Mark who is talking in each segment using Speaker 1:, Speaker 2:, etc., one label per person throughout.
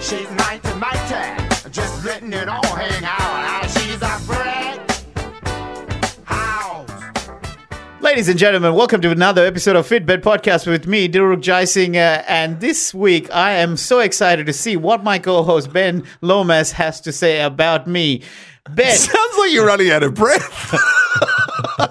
Speaker 1: She's mine to my tag. Just letting it all hang out. Ah, She's a brick house.
Speaker 2: Ladies and gentlemen, welcome to another episode of Fitbed Podcast with me, Dilruk Jaisinger. And this week, I am so excited to see what my co host Ben Lomas has to say about me. Ben,
Speaker 3: Sounds like you're running out of breath.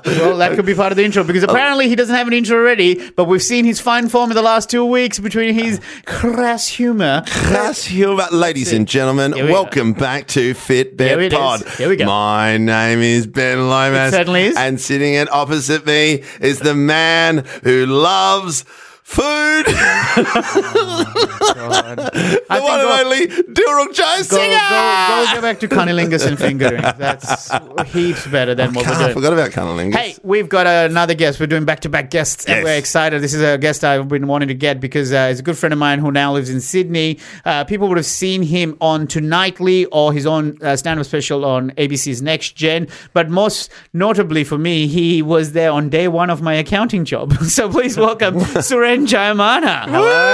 Speaker 2: well, that could be part of the intro because apparently he doesn't have an intro already, but we've seen his fine form in the last two weeks between his crass humor.
Speaker 3: That's humor. Ladies and gentlemen,
Speaker 2: we go.
Speaker 3: welcome back to
Speaker 2: Here it
Speaker 3: Fitbit
Speaker 2: is.
Speaker 3: Pod.
Speaker 2: Here we go.
Speaker 3: My name is Ben Lomas.
Speaker 2: It certainly is.
Speaker 3: And sitting in opposite me is the man who loves food. the
Speaker 2: Oh, I think
Speaker 3: one and
Speaker 2: go-
Speaker 3: only Dilruk Jai
Speaker 2: Go, go,
Speaker 3: Singer.
Speaker 2: go, go back to cunnilingus and fingering. That's heaps better than what
Speaker 3: Ah, I
Speaker 2: we're doing.
Speaker 3: forgot about Cunnilingus.
Speaker 2: Hey, we've got another guest. We're doing back to back guests, and
Speaker 3: Yes.
Speaker 2: we're excited. This is a guest I've been wanting to get because uh, he's a good friend of mine who now lives in Sydney. Uh, people would have seen him on Tonightly or his own uh, stand up special on ABC's Next Gen. But most notably for me, he was there on day one of my accounting job. so please welcome Suren Jayamana.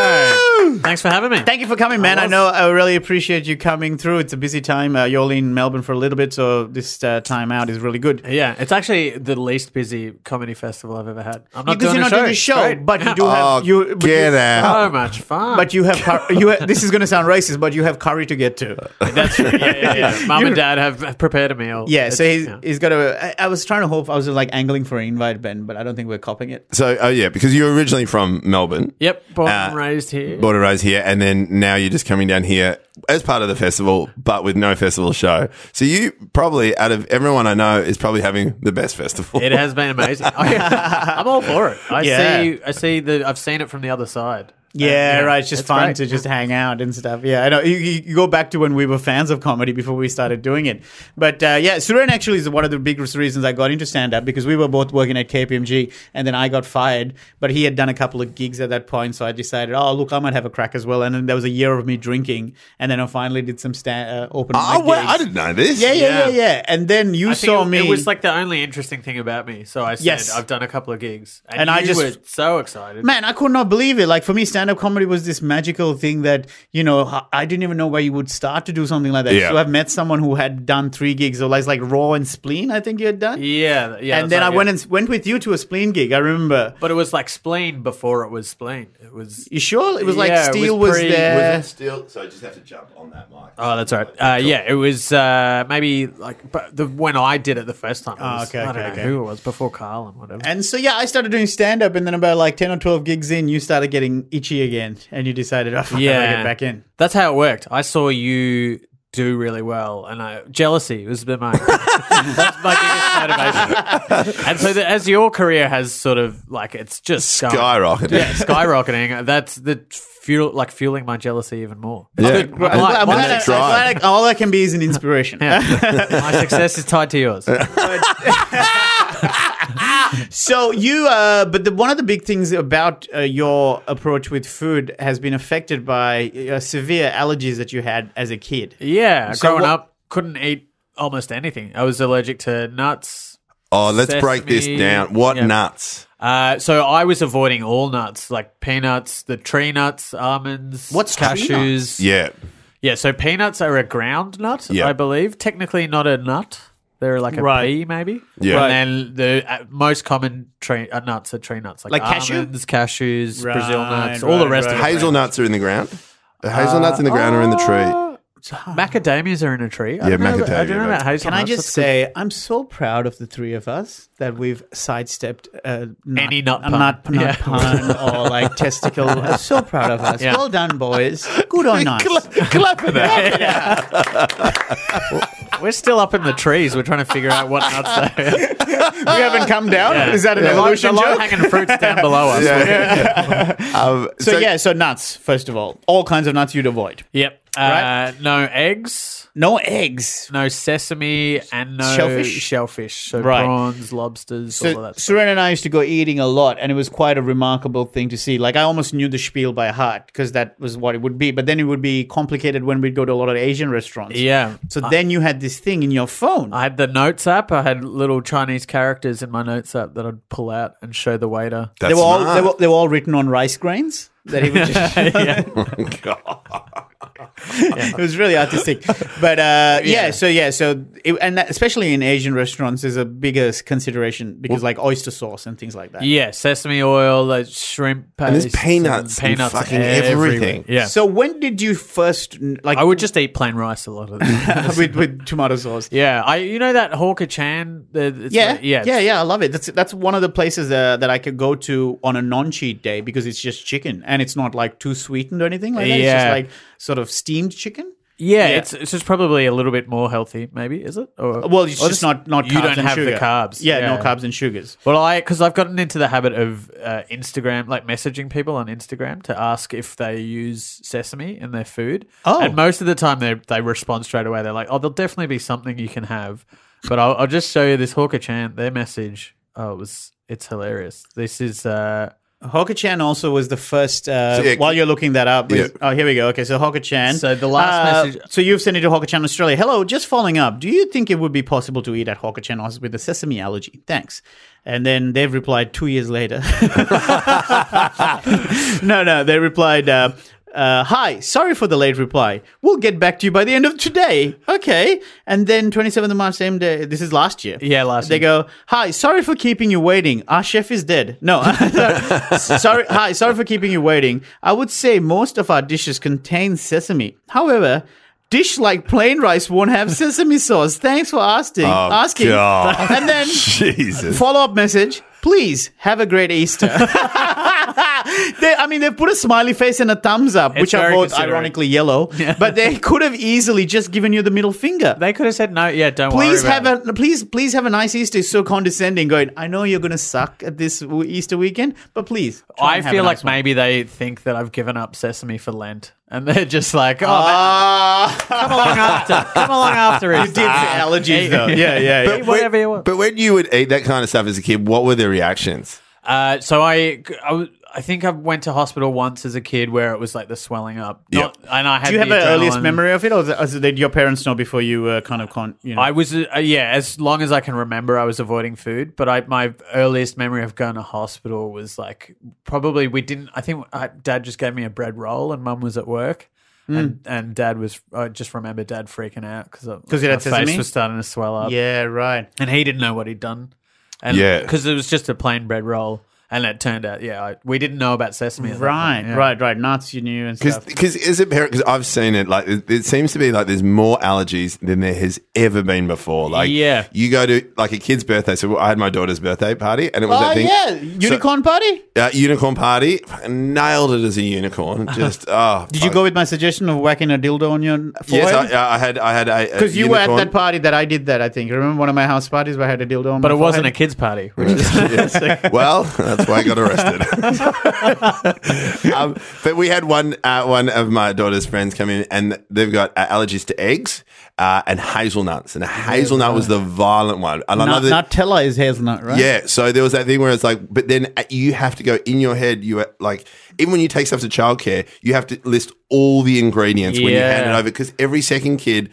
Speaker 4: Thanks for having me.
Speaker 2: Thank you for coming, man. I, know I really appreciate you coming through. It's a busy time. Uh, you're only in Melbourne for a little bit, so this uh, time out is really good.
Speaker 4: yeah, it's actually the least busy comedy festival I've ever had. I'm not
Speaker 2: Because
Speaker 4: doing
Speaker 2: you're
Speaker 4: a
Speaker 2: not
Speaker 4: show.
Speaker 2: doing a show,
Speaker 4: Great.
Speaker 2: but you do
Speaker 3: Oh,
Speaker 2: have you. but
Speaker 3: get
Speaker 2: you,
Speaker 3: out.
Speaker 4: so much fun.
Speaker 2: But you have cur- you. Ha- this is going to sound racist, but you have curry to get to.
Speaker 4: that's true. Yeah, yeah, yeah. Mom and dad have have prepared a meal.
Speaker 2: Yeah, so
Speaker 4: It's-
Speaker 2: he's, he's got a. I, I was trying to hope I was like angling for an invite, Ben, but I don't think we're copping it.
Speaker 3: So, oh yeah, because you're originally from Melbourne.
Speaker 4: Yep, born
Speaker 3: Uh,
Speaker 4: and raised here.
Speaker 3: Border Rose here, and then now you're just coming down here as part of the festival, but with no festival show. So you probably, out of everyone I know, is probably having the best festival.
Speaker 4: It has been amazing. I'm all for it. I
Speaker 2: Yeah.
Speaker 4: see. I see the. I've seen it from the other side.
Speaker 2: Yeah, right. It's just fun
Speaker 4: Uh, great.
Speaker 2: to just hang out and stuff. Yeah, I know. You, you you go back to when we were fans of comedy before we started doing it. But uh, yeah, Suren actually is one of the biggest reasons I got into stand up because we were both working at KPMG and then I got fired. But he had done a couple of gigs at that point, so I decided, oh, look, I might have a crack as well. And then there was a year of me drinking, and then I finally did some stand uh, open.
Speaker 3: Oh,
Speaker 2: mic
Speaker 3: wow,
Speaker 2: gigs.
Speaker 3: I didn't know this.
Speaker 2: Yeah, yeah, yeah,
Speaker 4: Yeah.
Speaker 2: yeah. And then you
Speaker 4: I think
Speaker 2: saw
Speaker 4: it,
Speaker 2: me.
Speaker 4: It was like the only interesting thing about me. So I said
Speaker 2: Yes.
Speaker 4: I've done a couple of gigs, and,
Speaker 2: And I
Speaker 4: I
Speaker 2: just-
Speaker 4: just were so excited.
Speaker 2: man, I could not believe it. Like for me, stand up comedy was this magical thing that you know h- I didn't even know where you would start to do something like that.
Speaker 3: Yeah.
Speaker 2: So I've met someone who had done three gigs or like like Raw and Spleen, I think you had done.
Speaker 4: yeah, yeah.
Speaker 2: and then I
Speaker 4: that's right,
Speaker 2: went
Speaker 4: yeah.
Speaker 2: and s- went with you to a Spleen gig. I remember.
Speaker 4: But it was like spleen before it was spleen. It was
Speaker 2: You sure? It was like
Speaker 4: Yeah, it was
Speaker 2: Steel was,
Speaker 4: pre-
Speaker 2: there.
Speaker 3: Still, so I just have to jump on that mic.
Speaker 4: Oh, that's all right. Uh, yeah, it was uh, maybe like but the, when I did it the first time. It
Speaker 2: Oh,
Speaker 4: was,
Speaker 2: okay,
Speaker 4: I don't
Speaker 2: okay,
Speaker 4: know
Speaker 2: okay.
Speaker 4: who it was before Carl and whatever.
Speaker 2: and so yeah, I started doing stand up, and then about like ten or twelve gigs in, you started getting itchy again, and you decided, oh, fuck, I gotta get back in.
Speaker 4: That's how it worked. I saw you do really well, and I jealousy was the my that's my biggest motivation. And so, the, as your career has sort of like it's just gone-
Speaker 3: Skyrocketed.
Speaker 4: yeah, skyrocketing. That's the fuel, like fueling my jealousy even more.
Speaker 3: Yeah.
Speaker 4: Good.
Speaker 3: I'm
Speaker 4: My-
Speaker 3: glad-
Speaker 2: I'm
Speaker 4: my
Speaker 2: glad I- I'm
Speaker 3: that's
Speaker 4: success-
Speaker 3: right.
Speaker 2: glad I- all I can be is an inspiration.
Speaker 4: yeah. my success is tied to yours.
Speaker 2: So you, uh, but the, one of the big things about uh, your approach with food has been affected by uh, severe allergies that you had as a kid.
Speaker 4: Yeah,
Speaker 2: So
Speaker 4: growing
Speaker 2: what-
Speaker 4: up, couldn't eat almost anything. I was allergic to nuts.
Speaker 3: Oh, let's break this
Speaker 4: Sesame.
Speaker 3: down. What
Speaker 4: Yeah.
Speaker 3: nuts?
Speaker 4: Uh, so I was avoiding all nuts, like peanuts, the tree nuts, almonds,
Speaker 2: What's tree
Speaker 4: cashews.
Speaker 2: nuts?
Speaker 3: Yeah.
Speaker 4: yeah. So peanuts are a ground nut,
Speaker 3: Yeah.
Speaker 4: I believe. Technically, not a nut. They're like a
Speaker 2: Right.
Speaker 4: pea, maybe.
Speaker 3: Yeah.
Speaker 4: And then the uh, most common tree uh, nuts are tree nuts, like,
Speaker 2: Like cashew?
Speaker 4: almonds, cashews,
Speaker 2: Right,
Speaker 4: Brazil nuts, all the
Speaker 2: right,
Speaker 4: rest
Speaker 2: right.
Speaker 4: of it.
Speaker 3: Hazelnuts are in the ground. The
Speaker 4: Uh,
Speaker 3: hazelnuts in the ground are in the
Speaker 4: oh,
Speaker 3: tree.
Speaker 4: Macadamias are in a tree. I
Speaker 3: Yeah,
Speaker 4: don't know about- I
Speaker 3: macadamia
Speaker 4: don't know
Speaker 3: nuts.
Speaker 4: about hazelnuts.
Speaker 2: Can I just
Speaker 4: That's
Speaker 2: say, I'm so proud of the three of us that we've sidestepped uh, nut,
Speaker 4: Any nut
Speaker 2: a
Speaker 4: pun.
Speaker 2: nut, nut
Speaker 4: Yeah.
Speaker 2: pun or like testicle. I'm so proud of us.
Speaker 4: Yeah.
Speaker 2: Well done, boys. Good on us.
Speaker 4: good. We're still up in the trees. We're trying to figure out what nuts they are.
Speaker 2: We haven't come down. Is that an
Speaker 4: The low- the low-hanging fruits down below us.
Speaker 3: Um,
Speaker 2: So, yeah, so nuts first of all, all kinds of nuts you'd avoid.
Speaker 4: Yep. Uh,
Speaker 2: Right?
Speaker 4: No eggs,
Speaker 2: No eggs.
Speaker 4: no sesame, and no
Speaker 2: Shellfish?
Speaker 4: Shellfish. So
Speaker 2: Right.
Speaker 4: prawns, lobsters, all of that. stuff.
Speaker 2: Suren and I used to go eating a lot, and it was quite a remarkable thing to see. Like I almost knew the spiel by heart because that was what it would be. But then it would be complicated when we'd go to a lot of Asian restaurants.
Speaker 4: Yeah.
Speaker 2: So then you had this thing in your phone.
Speaker 4: I had the notes app. I had little Chinese characters in my notes app that I'd pull out and show the waiter.
Speaker 3: that's
Speaker 2: they were all they
Speaker 3: smart.
Speaker 2: were, they were all written on rice grains. That he would just,
Speaker 4: yeah.
Speaker 2: it was really artistic. But uh, yeah. so yeah, so it, and that, especially in Asian restaurants is a bigger consideration because like oyster sauce and things like that.
Speaker 4: Yeah, sesame oil, like shrimp paste,
Speaker 3: And there's peanuts and fucking
Speaker 4: everywhere.
Speaker 3: everything.
Speaker 4: Yeah,
Speaker 2: So when did you first like
Speaker 4: I would just eat plain rice a lot of the time.
Speaker 2: with, with tomato sauce?
Speaker 4: yeah, I you know that Hawker Chan. The, it's
Speaker 2: Yeah,
Speaker 4: like-
Speaker 2: yeah,
Speaker 4: it's-
Speaker 2: yeah, I love it. That's that's one of the places uh, that I could go to on a non-cheat day because it's just chicken and it's not like too sweetened or anything like that. It's just
Speaker 4: Yeah.
Speaker 2: like sort of steamed chicken.
Speaker 4: Yeah,
Speaker 2: Yeah.
Speaker 4: It's, it's just probably a little bit more healthy, maybe, is it? Or,
Speaker 2: Well, it's
Speaker 4: or
Speaker 2: just, not not. Carbs
Speaker 4: You don't
Speaker 2: and
Speaker 4: have
Speaker 2: sugar.
Speaker 4: the carbs.
Speaker 2: Yeah, no carbs and sugars.
Speaker 4: Well, I because I've gotten into the habit of uh, Instagram, like messaging people on Instagram to ask if they use sesame in their food.
Speaker 2: Oh.
Speaker 4: and most of the time they they respond straight away. They're like, "Oh, there'll definitely be something you can have," but I'll, I'll just show you this Hawker Chan. Their message, oh, it was it's hilarious. This is uh,
Speaker 2: Hawker Chan also was the first. Uh,
Speaker 3: So, yeah,
Speaker 2: while you're looking that up, is- oh, here we go. Okay, so Hawker Chan.
Speaker 4: So the last message-
Speaker 2: So you've sent it to Hawker Chan Australia. Hello, just following up. Do you think it would be possible to eat at Hawker Chan Aus- with a sesame allergy? Thanks. And then they've replied two years later. no, no, they replied. Uh, uh, hi, sorry for the late reply. We'll get back to you by the end of today. Okay. And then 27th of March, same day. This is last year.
Speaker 4: Yeah, last
Speaker 2: They
Speaker 4: year.
Speaker 2: go, Hi, sorry for keeping you waiting. Our chef is dead. No, sorry. Hi, sorry for keeping you waiting. I would say most of our dishes contain sesame. However, dish like plain rice won't have sesame sauce. Thanks for asking. asking.
Speaker 3: Oh, God.
Speaker 2: And then
Speaker 3: Jesus.
Speaker 2: follow up message. Please have a great Easter. they, I mean, they put a smiley face and a thumbs up, which are
Speaker 4: very
Speaker 2: both
Speaker 4: considerate.
Speaker 2: ironically yellow. But they could have easily just given you the middle finger
Speaker 4: they could have said no. Yeah, don't worry.
Speaker 2: please
Speaker 4: about
Speaker 2: have
Speaker 4: it.
Speaker 2: a please please have a nice Easter. It's so condescending. Going, I know you're gonna suck at this w- Easter weekend, but please. try
Speaker 4: I
Speaker 2: and have a
Speaker 4: feel like
Speaker 2: nice one."
Speaker 4: maybe they think that I've given up sesame for Lent, and they're just like, "Oh,
Speaker 2: Ah,
Speaker 4: come along after, come along after
Speaker 2: you did
Speaker 4: it."
Speaker 2: say allergies though. Yeah, yeah. yeah.
Speaker 3: But
Speaker 4: whatever
Speaker 3: when-
Speaker 4: you want.
Speaker 3: But when you would eat that kind of stuff as a kid, what were the reactions?
Speaker 4: Uh, so I, I, was- I think I went to hospital once as a kid where it was like the swelling up. Not, And I had.
Speaker 2: Do you have
Speaker 4: the
Speaker 2: an earliest
Speaker 4: adrenaline.
Speaker 2: memory of it, or, th- or did your parents know before you uh, kind of con? You know,
Speaker 4: I was uh, yeah, as long as I can remember, I was avoiding food. But I my earliest memory of going to hospital was like probably we didn't. I think I, Dad just gave me a bread roll, and Mum was at work,
Speaker 2: Hmm.
Speaker 4: and, and Dad was. I just remember Dad freaking out because
Speaker 2: 'Cause it had sesame?
Speaker 4: face was starting to swell up.
Speaker 2: yeah, right.
Speaker 4: and he didn't know what he'd done. And
Speaker 3: Yeah.
Speaker 4: because it was just a plain bread roll, and it turned out yeah, I, we didn't know about sesame. at that point,
Speaker 2: Right,
Speaker 4: yeah.
Speaker 2: right, right. Nuts you knew and stuff.
Speaker 3: Because as a parent, because I've seen it, like it, it seems to be like there's more allergies than there has ever been before. Like,
Speaker 4: Yeah.
Speaker 3: you go to like a kid's birthday. So I had my daughter's birthday party, and it was
Speaker 2: Oh
Speaker 3: that thing,
Speaker 2: yeah, unicorn party.
Speaker 3: uh, unicorn party. Fucking Nailed it as a unicorn. Just oh,
Speaker 2: Did you go with my suggestion of whacking a dildo on your forehead?
Speaker 3: Yes, I, uh, I had. I had a
Speaker 2: because you were at that
Speaker 3: party.
Speaker 2: party that I did that. I think. Remember one of my house parties where I had a dildo on.
Speaker 4: But
Speaker 2: my
Speaker 4: it wasn't a
Speaker 2: forehead?
Speaker 4: kids' party, which is
Speaker 3: well, that's why I got arrested. um, but we had one uh, one of my daughter's friends come in, and they've got uh, allergies to eggs uh, and hazelnuts, and a hazelnut was the violent one. And I love
Speaker 2: Nut-
Speaker 3: that.
Speaker 2: Nutella is hazelnut, right?
Speaker 3: yeah, so there was that thing where it's like, but then uh, you have to go in your head. You uh, like, even when you take stuff to childcare, you have to list all the ingredients when you hand it
Speaker 4: Yeah.
Speaker 3: over because every second kid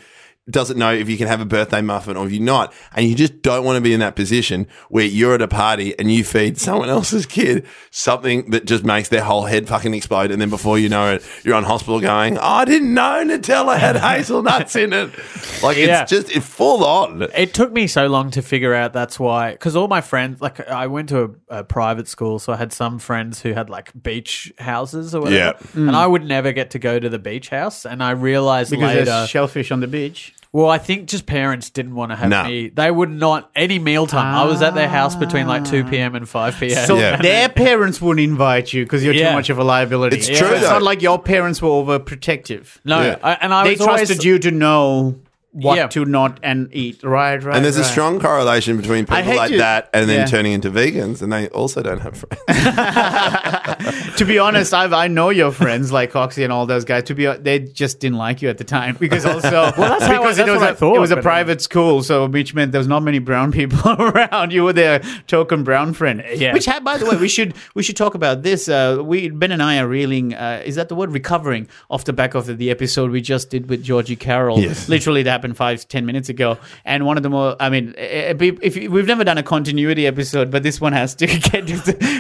Speaker 3: doesn't know if you can have a birthday muffin or if you're not. And you just don't want to be in that position where you're at a party and you feed someone else's kid something that just makes their whole head fucking explode. And then before you know it, you're on hospital going, oh, I didn't know Nutella had hazelnuts in it. Like,
Speaker 4: Yeah.
Speaker 3: it's just, it's full on.
Speaker 4: It took me so long to figure out that's why, because all my friends, like I went to a, a private school, so I had some friends who had like beach houses or whatever,
Speaker 3: Yeah.
Speaker 2: Mm.
Speaker 4: and I would never get to go to the beach house, and I realized
Speaker 2: because
Speaker 4: later.
Speaker 2: there's uh, shellfish on the beach.
Speaker 4: well, I think just parents didn't want to have
Speaker 3: No.
Speaker 4: me. They would not any mealtime. I was at their house between like two p.m. and five p.m.
Speaker 2: So
Speaker 3: Yeah.
Speaker 2: their parents wouldn't invite you because you're
Speaker 4: Yeah.
Speaker 2: too much of a liability.
Speaker 3: It's true,
Speaker 2: So It's
Speaker 3: though.
Speaker 2: not like your parents were overprotective.
Speaker 4: no,
Speaker 3: Yeah.
Speaker 4: I, and I
Speaker 2: they
Speaker 4: was always-
Speaker 2: trusted you to know what
Speaker 4: Yeah.
Speaker 2: to not and eat. Right, right.
Speaker 3: And there's a
Speaker 2: right.
Speaker 3: strong correlation between
Speaker 2: I
Speaker 3: people
Speaker 2: hate
Speaker 3: like
Speaker 2: you.
Speaker 3: that and then
Speaker 2: Yeah.
Speaker 3: turning into vegans, and they also don't have friends.
Speaker 2: To be honest, I've, I know your friends like Coxie and all those guys. To be hon- they just didn't like you at the time because also
Speaker 4: that's how I-
Speaker 2: because
Speaker 4: that's
Speaker 2: it was
Speaker 4: what
Speaker 2: a,
Speaker 4: I thought,
Speaker 2: it was a
Speaker 4: but- um,
Speaker 2: private school, so which meant there was not many brown people around. You were their token brown friend.
Speaker 4: Yeah.
Speaker 2: Which, ha- by the way, we should we should talk about this. Uh, we Ben and I are reeling. Uh, is that the word recovering off the back of the, the episode we just did with Georgie Carroll?
Speaker 3: Yes.
Speaker 2: Literally, that happened five ten minutes ago, and one of the more I mean, eh, eh, peop- if you- we've never done a continuity episode, but this one has to get.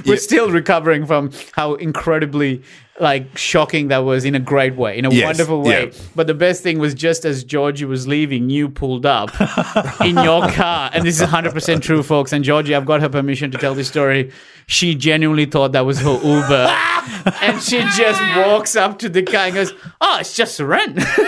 Speaker 2: We're
Speaker 3: Yeah.
Speaker 2: still recovering from how incredibly like shocking that was in a great way, in a
Speaker 3: Yes,
Speaker 2: wonderful way.
Speaker 3: yeah.
Speaker 2: But the best thing was just as Georgie was leaving, you pulled up in your car. And this is 100% true, folks. And Georgie, I've got her permission to tell this story. She genuinely thought that was her Uber. and she just walks up to the car and goes, Oh, it's just Ren.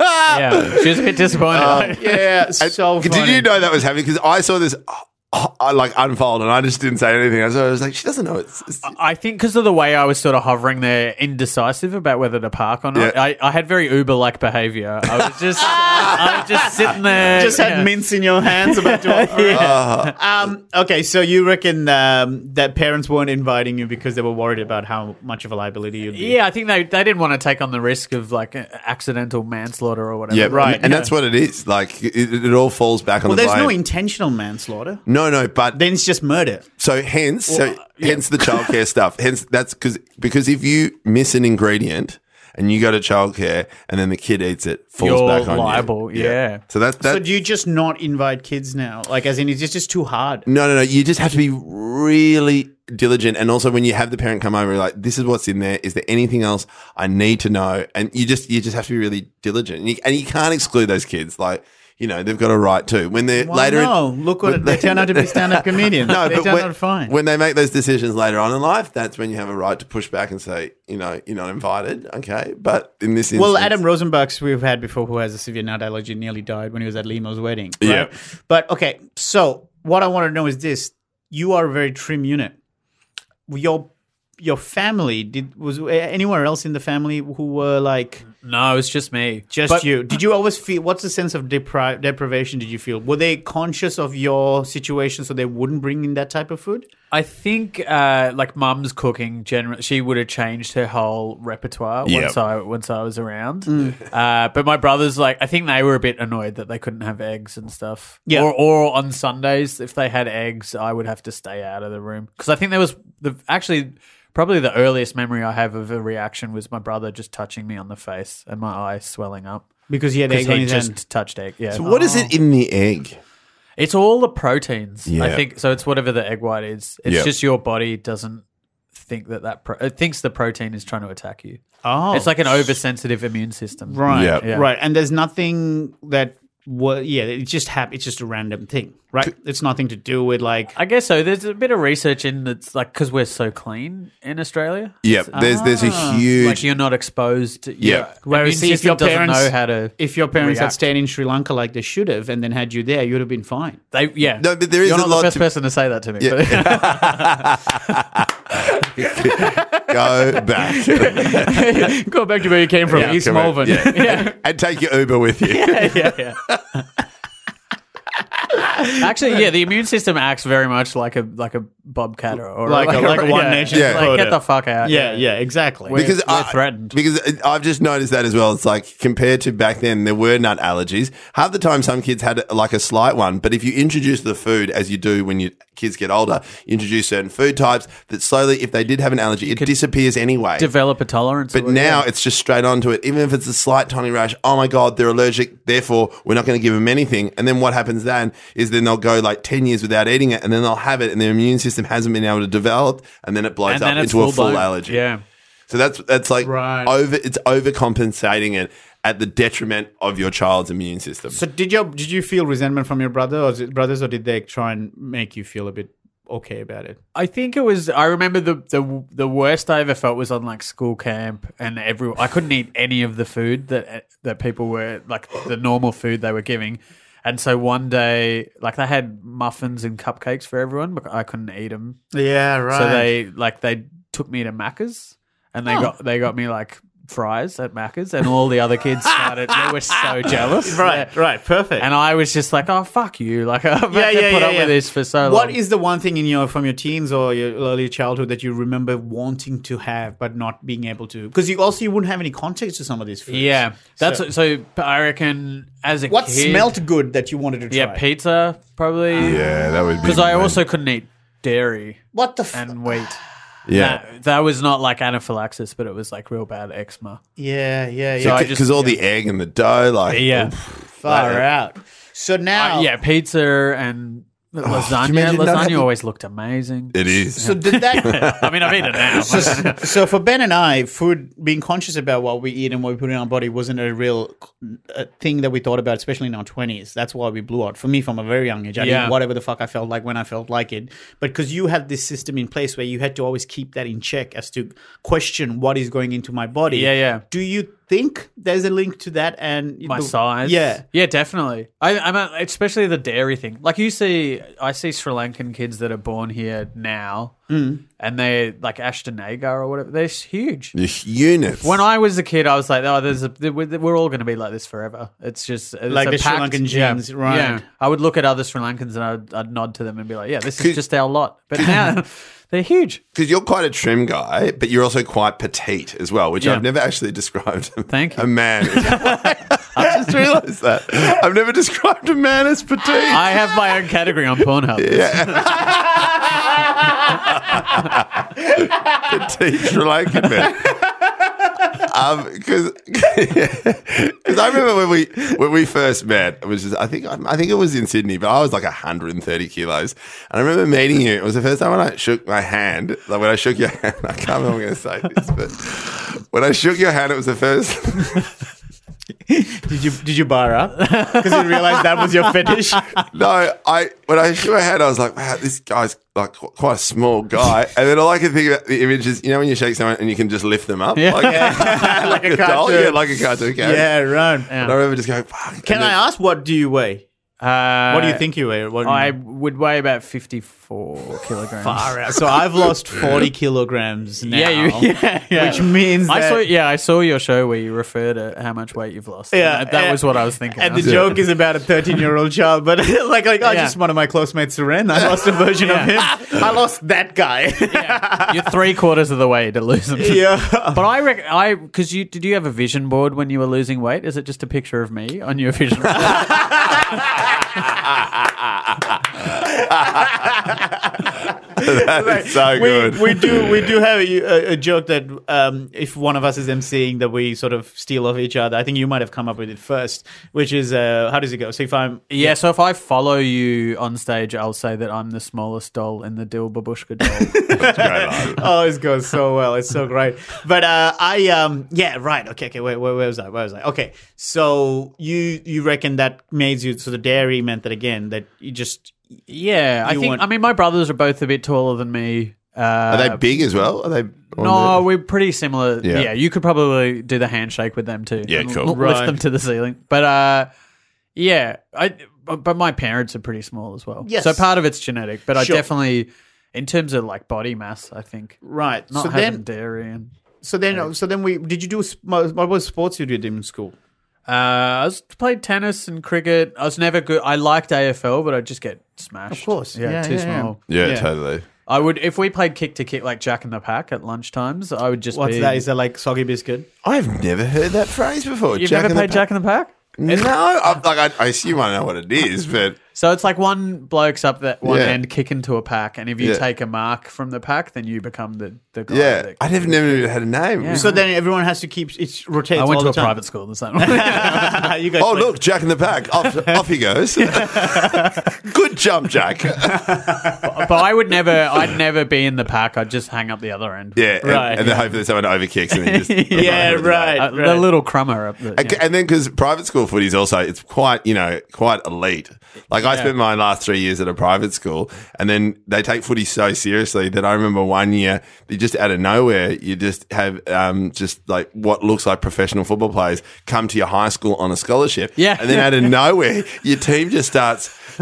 Speaker 4: yeah, she was a bit disappointed.
Speaker 3: Um,
Speaker 2: yeah, so funny.
Speaker 3: Did you know that was happening? Because I saw this. uh, I like unfold and I just didn't say anything. I was, I was like, she doesn't know it's, it's
Speaker 2: Uh,
Speaker 4: I think because of the way I was sort of hovering there, indecisive about whether to park or not,
Speaker 3: Yeah.
Speaker 4: I, I had very Uber-like behavior. I was just, I was just sitting there,
Speaker 2: Just had
Speaker 4: yeah.
Speaker 2: mints in your hands about to
Speaker 3: Ah.
Speaker 2: Um, okay, so you reckon um, that parents weren't inviting you because they were worried about how much of a liability you'd be?
Speaker 4: Yeah, I think they, they didn't want to take on the risk of like a- accidental manslaughter or whatever.
Speaker 3: Yeah,
Speaker 2: right,
Speaker 3: right. And,
Speaker 2: yeah.
Speaker 3: that's what it is. Like it, it it all falls back on
Speaker 2: Well,
Speaker 3: the
Speaker 2: there's no
Speaker 3: blame.
Speaker 2: intentional manslaughter.
Speaker 3: no, no, but
Speaker 2: Then it's just murder.
Speaker 3: so hence, so
Speaker 2: uh,
Speaker 3: hence the childcare stuff. Hence that's because because if you miss an ingredient and you go to childcare and then the kid eats it, falls
Speaker 4: You're
Speaker 3: back on
Speaker 4: liable,
Speaker 3: you.
Speaker 4: yeah.
Speaker 3: So that's that.
Speaker 2: So do you just not invite kids now? Like, as in, it's just, just too hard.
Speaker 3: no, no, no. You just have to be really diligent, and also when you have the parent come over, you're like, "This is what's in there. Is there anything else I need to know?" And you just you just have to be really diligent, and you, and you can't exclude those kids. Like you know, they've got a right to when they're
Speaker 2: Well,
Speaker 3: later. in-
Speaker 2: no, look what it, they turn out to be stand-up comedians.
Speaker 3: No,
Speaker 2: they
Speaker 3: but
Speaker 2: turn
Speaker 3: when,
Speaker 2: out fine.
Speaker 3: when they make those decisions later on in life, that's when you have a right to push back and say, you know, you're not invited. Okay, but in this instance,
Speaker 2: well, Adam Rosenbach's we've had before, who has a severe nut allergy, nearly died when he was at Limo's wedding. right?
Speaker 3: Yeah.
Speaker 2: But okay, so what I want to know is this: you are a very trim unit. Your your family did was anywhere else in the family who were like
Speaker 4: No, it's just me.
Speaker 2: just
Speaker 4: But-
Speaker 2: you did you always feel what's the sense of depri- deprivation did you feel were they conscious of your situation so they wouldn't bring in that type of food
Speaker 4: I think uh, like mum's cooking generally she would have changed her whole repertoire
Speaker 3: Yeah.
Speaker 4: once I once I was around.
Speaker 2: Mm.
Speaker 4: Uh, but my brothers like I think they were a bit annoyed that they couldn't have eggs and stuff.
Speaker 2: Yeah.
Speaker 4: Or, or on Sundays if they had eggs, I would have to stay out of the room because I think there was the actually probably the earliest memory I have of a reaction was my brother just touching me on the face and my eye swelling up
Speaker 2: because he had
Speaker 4: because
Speaker 2: egg on
Speaker 4: he
Speaker 2: his
Speaker 4: just
Speaker 2: hand.
Speaker 4: touched egg. Yeah. Oh,
Speaker 3: So what is it in the egg?
Speaker 4: It's all the proteins, I
Speaker 3: Yeah.
Speaker 4: think. So it's whatever the egg white is. It's
Speaker 3: Yeah.
Speaker 4: just your body doesn't think that that pro- it thinks the protein is trying to attack you.
Speaker 2: Oh,
Speaker 4: It's like an oversensitive immune system.
Speaker 2: right,
Speaker 3: Yeah.
Speaker 4: Yeah.
Speaker 2: right, and there's nothing that was yeah. It just hap- It's just a random thing, right? It's nothing to do with like
Speaker 4: I guess so. There's a bit of research in that's like because we're so clean in Australia. Um,
Speaker 3: Yeah, there's there's
Speaker 2: Ah.
Speaker 3: a
Speaker 4: Like
Speaker 3: huge
Speaker 4: you're not exposed. To,
Speaker 3: Yeah.
Speaker 4: Your
Speaker 2: Whereas
Speaker 4: immune
Speaker 2: see, if
Speaker 4: system
Speaker 2: your parents-
Speaker 4: doesn't know how to.
Speaker 2: if your parents had
Speaker 4: React.
Speaker 2: stayed in Sri Lanka like they should have, and then had you there, you'd have been fine.
Speaker 4: They, yeah.
Speaker 3: No, but there is
Speaker 4: you're
Speaker 3: a
Speaker 4: not
Speaker 3: lot
Speaker 4: the first
Speaker 3: to-
Speaker 4: person to say that to me.
Speaker 3: Yeah.
Speaker 4: but-
Speaker 3: go back
Speaker 2: Go back to where you came from, East
Speaker 3: Come on,
Speaker 2: Malvern.
Speaker 3: yeah. and take your Uber with you.
Speaker 4: yeah, yeah. Actually, yeah, the immune system acts very much like a like a bobcat or, or
Speaker 2: Like a- like a One
Speaker 4: yeah.
Speaker 2: Nation
Speaker 3: Yeah.
Speaker 4: Like,
Speaker 2: quota.
Speaker 4: get the fuck out.
Speaker 2: yeah, yeah, exactly.
Speaker 4: We're-
Speaker 3: because
Speaker 4: we're
Speaker 3: I,
Speaker 4: threatened.
Speaker 3: Because I've just noticed that as well. It's like compared to back then, there were nut allergies. Half the time, some kids had like a slight one, but if you introduce the food as you do when your kids get older, you introduce certain food types that slowly, if they did have an allergy, it disappears anyway.
Speaker 4: Develop a tolerance.
Speaker 3: but
Speaker 4: or-
Speaker 3: now it's just straight onto it. Even if it's a slight tiny rash, oh my God, they're allergic. Therefore, we're not going to give them anything. And then what happens then is then they'll go like 10 years without eating it and then they'll have it and their immune system hasn't been able to develop. And then it blows
Speaker 4: and
Speaker 3: up
Speaker 4: then it's
Speaker 3: into a full
Speaker 4: blown.
Speaker 3: allergy.
Speaker 4: Yeah.
Speaker 3: So that's that's like
Speaker 2: Right.
Speaker 3: over. It's overcompensating it at the detriment of your child's immune system.
Speaker 2: So did you did you feel resentment from your brother or brothers, or did they try and make you feel a bit okay about it?
Speaker 4: I think it was. I remember the, the the worst I ever felt was on like school camp, and every I couldn't eat any of the food that that people were like the normal food they were giving, and so one day like they had muffins and cupcakes for everyone, but I couldn't eat them
Speaker 2: Yeah, right.
Speaker 4: So they like they took me to Macca's and they
Speaker 2: Oh.
Speaker 4: got they got me like fries at Macca's and all the other kids started they were so jealous.
Speaker 2: right,
Speaker 4: Yeah.
Speaker 2: right, perfect.
Speaker 4: And I was just like, oh fuck you. Like I've
Speaker 2: Yeah,
Speaker 4: had to
Speaker 2: yeah,
Speaker 4: put
Speaker 2: yeah,
Speaker 4: up
Speaker 2: yeah.
Speaker 4: with this for so
Speaker 2: what
Speaker 4: long.
Speaker 2: is the one thing in your from your teens or your early childhood that you remember wanting to have but not being able to? Because you also you wouldn't have any context to some of these foods.
Speaker 4: yeah. That's
Speaker 2: So-
Speaker 4: so, I reckon as a
Speaker 2: What
Speaker 4: kid,
Speaker 2: smelt good that you wanted to try?
Speaker 4: Yeah, pizza probably.
Speaker 3: yeah, that would be
Speaker 4: Because I also couldn't eat dairy
Speaker 2: What the f-
Speaker 4: and wheat.
Speaker 3: Yeah.
Speaker 4: That, that was not like anaphylaxis, but it was like real bad eczema.
Speaker 2: Yeah, yeah, yeah.
Speaker 4: So I just-
Speaker 3: Because all the egg and the dough, like
Speaker 4: Yeah.
Speaker 2: Far out. So now,
Speaker 4: Uh, yeah, pizza and
Speaker 3: you
Speaker 4: lasagna.
Speaker 3: imagine not
Speaker 4: lasagna
Speaker 3: having-
Speaker 4: always looked amazing.
Speaker 3: it is.
Speaker 2: So did that?
Speaker 4: I mean, I've eaten it now.
Speaker 2: so, so for Ben and I, food being conscious about what we eat and what we put in our body wasn't a real uh, thing that we thought about, especially in our twenties. That's why we blew out. For me, from a very young age, I
Speaker 4: Yeah.
Speaker 2: did whatever the fuck I felt like when I felt like it. But because you had this system in place where you had to always keep that in check as to question what is going into my body.
Speaker 4: Yeah, yeah.
Speaker 2: Do you think there's a link to that and
Speaker 4: my
Speaker 2: the-
Speaker 4: size.
Speaker 2: Yeah.
Speaker 4: yeah, definitely. I, I'm a, especially the dairy thing. Like you see, I see Sri Lankan kids that are born here now,
Speaker 2: Mm.
Speaker 4: and they like Ashton Agar or whatever. They're huge.
Speaker 3: The units.
Speaker 4: When I was a kid, I was like, "Oh, there's a we're we're all going to be like this forever." It's just it's
Speaker 2: Like
Speaker 4: a
Speaker 2: the Sri
Speaker 4: pact-
Speaker 2: Lankan
Speaker 4: yeah,
Speaker 2: genes, right.
Speaker 4: Yeah, I would look at other Sri Lankans and I'd, I'd nod to them and be like, "Yeah, this
Speaker 3: Could-
Speaker 4: is just our lot." But now they're huge.
Speaker 3: because you're quite a trim guy, but you're also quite petite as well, which
Speaker 4: Yeah.
Speaker 3: I've never actually described.
Speaker 4: Thank you.
Speaker 3: A man. is. I just realised that I've never described a man as petite.
Speaker 4: I have my own category on Pornhub.
Speaker 3: petite Sri Lankan man. Um, because I remember when we when we first met, which is I think I think it was in Sydney, but I was like 130 kilos, and I remember meeting you. It was the first time when I shook my hand. Like when I shook your hand, I can't remember if I'm going to say this, but when I shook your hand, it was the first.
Speaker 2: Did you did you bar up? Because you realized that was your fetish.
Speaker 3: No, I when I shook my head, I was like, wow, this guy's like qu- quite a small guy. And then all I can think about the image is, you know, when you shake someone and you can just lift them up,
Speaker 4: Yeah.
Speaker 3: like, like,
Speaker 2: a
Speaker 3: doll?
Speaker 2: cartoon.
Speaker 3: yeah, like a cartoon character.
Speaker 2: yeah, right.
Speaker 3: And I remember just going, fuck.
Speaker 2: Can
Speaker 3: And then-
Speaker 2: I ask what do you weigh?
Speaker 4: Uh,
Speaker 2: What do you think you weigh? What do you-
Speaker 4: I would weigh about 54 kilograms.
Speaker 2: Mm. Far out. So I've lost 40 kilograms now.
Speaker 4: Yeah, you, yeah, yeah.
Speaker 2: Which means
Speaker 4: I
Speaker 2: that-
Speaker 4: saw, yeah, I saw your show where you refer to how much weight you've lost.
Speaker 2: Yeah,
Speaker 4: And that, that
Speaker 2: uh,
Speaker 4: was what I was thinking.
Speaker 2: And
Speaker 4: I
Speaker 2: the
Speaker 4: was-
Speaker 2: joke is about a 13 year old child, but like, like I
Speaker 4: Yeah.
Speaker 2: just one of my close mates, Suren. I lost a version
Speaker 4: Yeah.
Speaker 2: of him. I lost that guy.
Speaker 4: Yeah, you're three quarters of the way to lose them.
Speaker 2: yeah.
Speaker 4: But I reckon I because you did you have a vision board when you were losing weight? Is it just a picture of me on your vision board?
Speaker 3: that is so
Speaker 2: we,
Speaker 3: good.
Speaker 2: we do we do have a, a- a joke that um, if one of us is emceeing that we sort of steal off each other. I think you might have come up with it first, which is uh, how does it go? So if I'm
Speaker 4: yeah. So if I follow you on stage, I'll say that I'm the smallest doll in the Dil Babushka doll.
Speaker 3: That's great line.
Speaker 2: oh, this goes so well. It's so great. But uh, I, um, yeah, right. Okay, okay. Wait, where, where was I? Where was I? Okay. So you you reckon that made you so the dairy meant that again that you just
Speaker 4: yeah, I
Speaker 2: You
Speaker 4: think.
Speaker 2: want-
Speaker 4: I mean, my brothers are both a bit taller than me. Uh,
Speaker 3: Are they big as well? Are they? or
Speaker 4: No,
Speaker 3: are
Speaker 4: we're pretty similar.
Speaker 3: Yeah.
Speaker 4: Yeah. you could probably do the handshake with them too.
Speaker 3: Yeah,
Speaker 4: And
Speaker 3: cool.
Speaker 4: l-
Speaker 2: Right.
Speaker 4: Lift them to the ceiling. But uh, yeah, I but but my parents are pretty small as well.
Speaker 2: Yes.
Speaker 4: So part of it's genetic, but
Speaker 2: Sure.
Speaker 4: I definitely, in terms of like body mass, I think
Speaker 2: right.
Speaker 4: not
Speaker 2: so then,
Speaker 4: having dairy and.
Speaker 2: so then, so then we did you do sp- what was sports you did in school?
Speaker 4: Uh, I was played tennis and cricket. I was never good. I liked AFL, but I just get smashed. Of
Speaker 2: course.
Speaker 4: yeah,
Speaker 2: Yeah,
Speaker 4: too
Speaker 2: yeah, yeah.
Speaker 4: small.
Speaker 3: they- yeah,
Speaker 2: yeah.
Speaker 3: totally.
Speaker 4: I would if we played kick to kick like Jack in the Pack at lunchtimes. I would just
Speaker 2: What's
Speaker 4: be,
Speaker 2: that? Is that like soggy biscuit?
Speaker 3: I've never heard that phrase before.
Speaker 4: You've
Speaker 3: Jack
Speaker 4: never
Speaker 3: in the
Speaker 4: played
Speaker 3: Pack.
Speaker 4: Jack in the Pack?
Speaker 3: No, I'm, like I, I assume I know what it is, but
Speaker 4: So it's like one bloke's up that one
Speaker 3: Yeah.
Speaker 4: end, kick into a pack, and if you
Speaker 3: Yeah.
Speaker 4: take a mark from the pack, then you become the, the guy.
Speaker 3: yeah,
Speaker 4: that-
Speaker 3: I have never knew it had a name.
Speaker 4: Yeah.
Speaker 2: So then everyone has to keep it rotates.
Speaker 4: I went
Speaker 2: all
Speaker 4: to
Speaker 2: the
Speaker 4: a
Speaker 2: time.
Speaker 4: private school. That's not
Speaker 2: you guys
Speaker 3: Oh,
Speaker 2: play-
Speaker 3: look, Jack in the Pack. Off, off he goes. Good jump, Jack.
Speaker 4: but I would never, I'd never be in the pack. I'd just hang up the other end.
Speaker 3: Yeah, and,
Speaker 2: Right,
Speaker 3: and then hopefully someone overkicks and then you just
Speaker 2: Yeah, right.
Speaker 4: Uh,
Speaker 2: right.
Speaker 4: The little crummer up the.
Speaker 3: And,
Speaker 4: yeah.
Speaker 3: and then because private school footy is also it's quite you know quite elite. Like I spent my last three years at a private school, and then they take footy so seriously that I remember one year they just out of nowhere you just have um, just like what looks like professional football players come to your high school on a scholarship.
Speaker 4: Yeah.
Speaker 3: and then out of nowhere your team just starts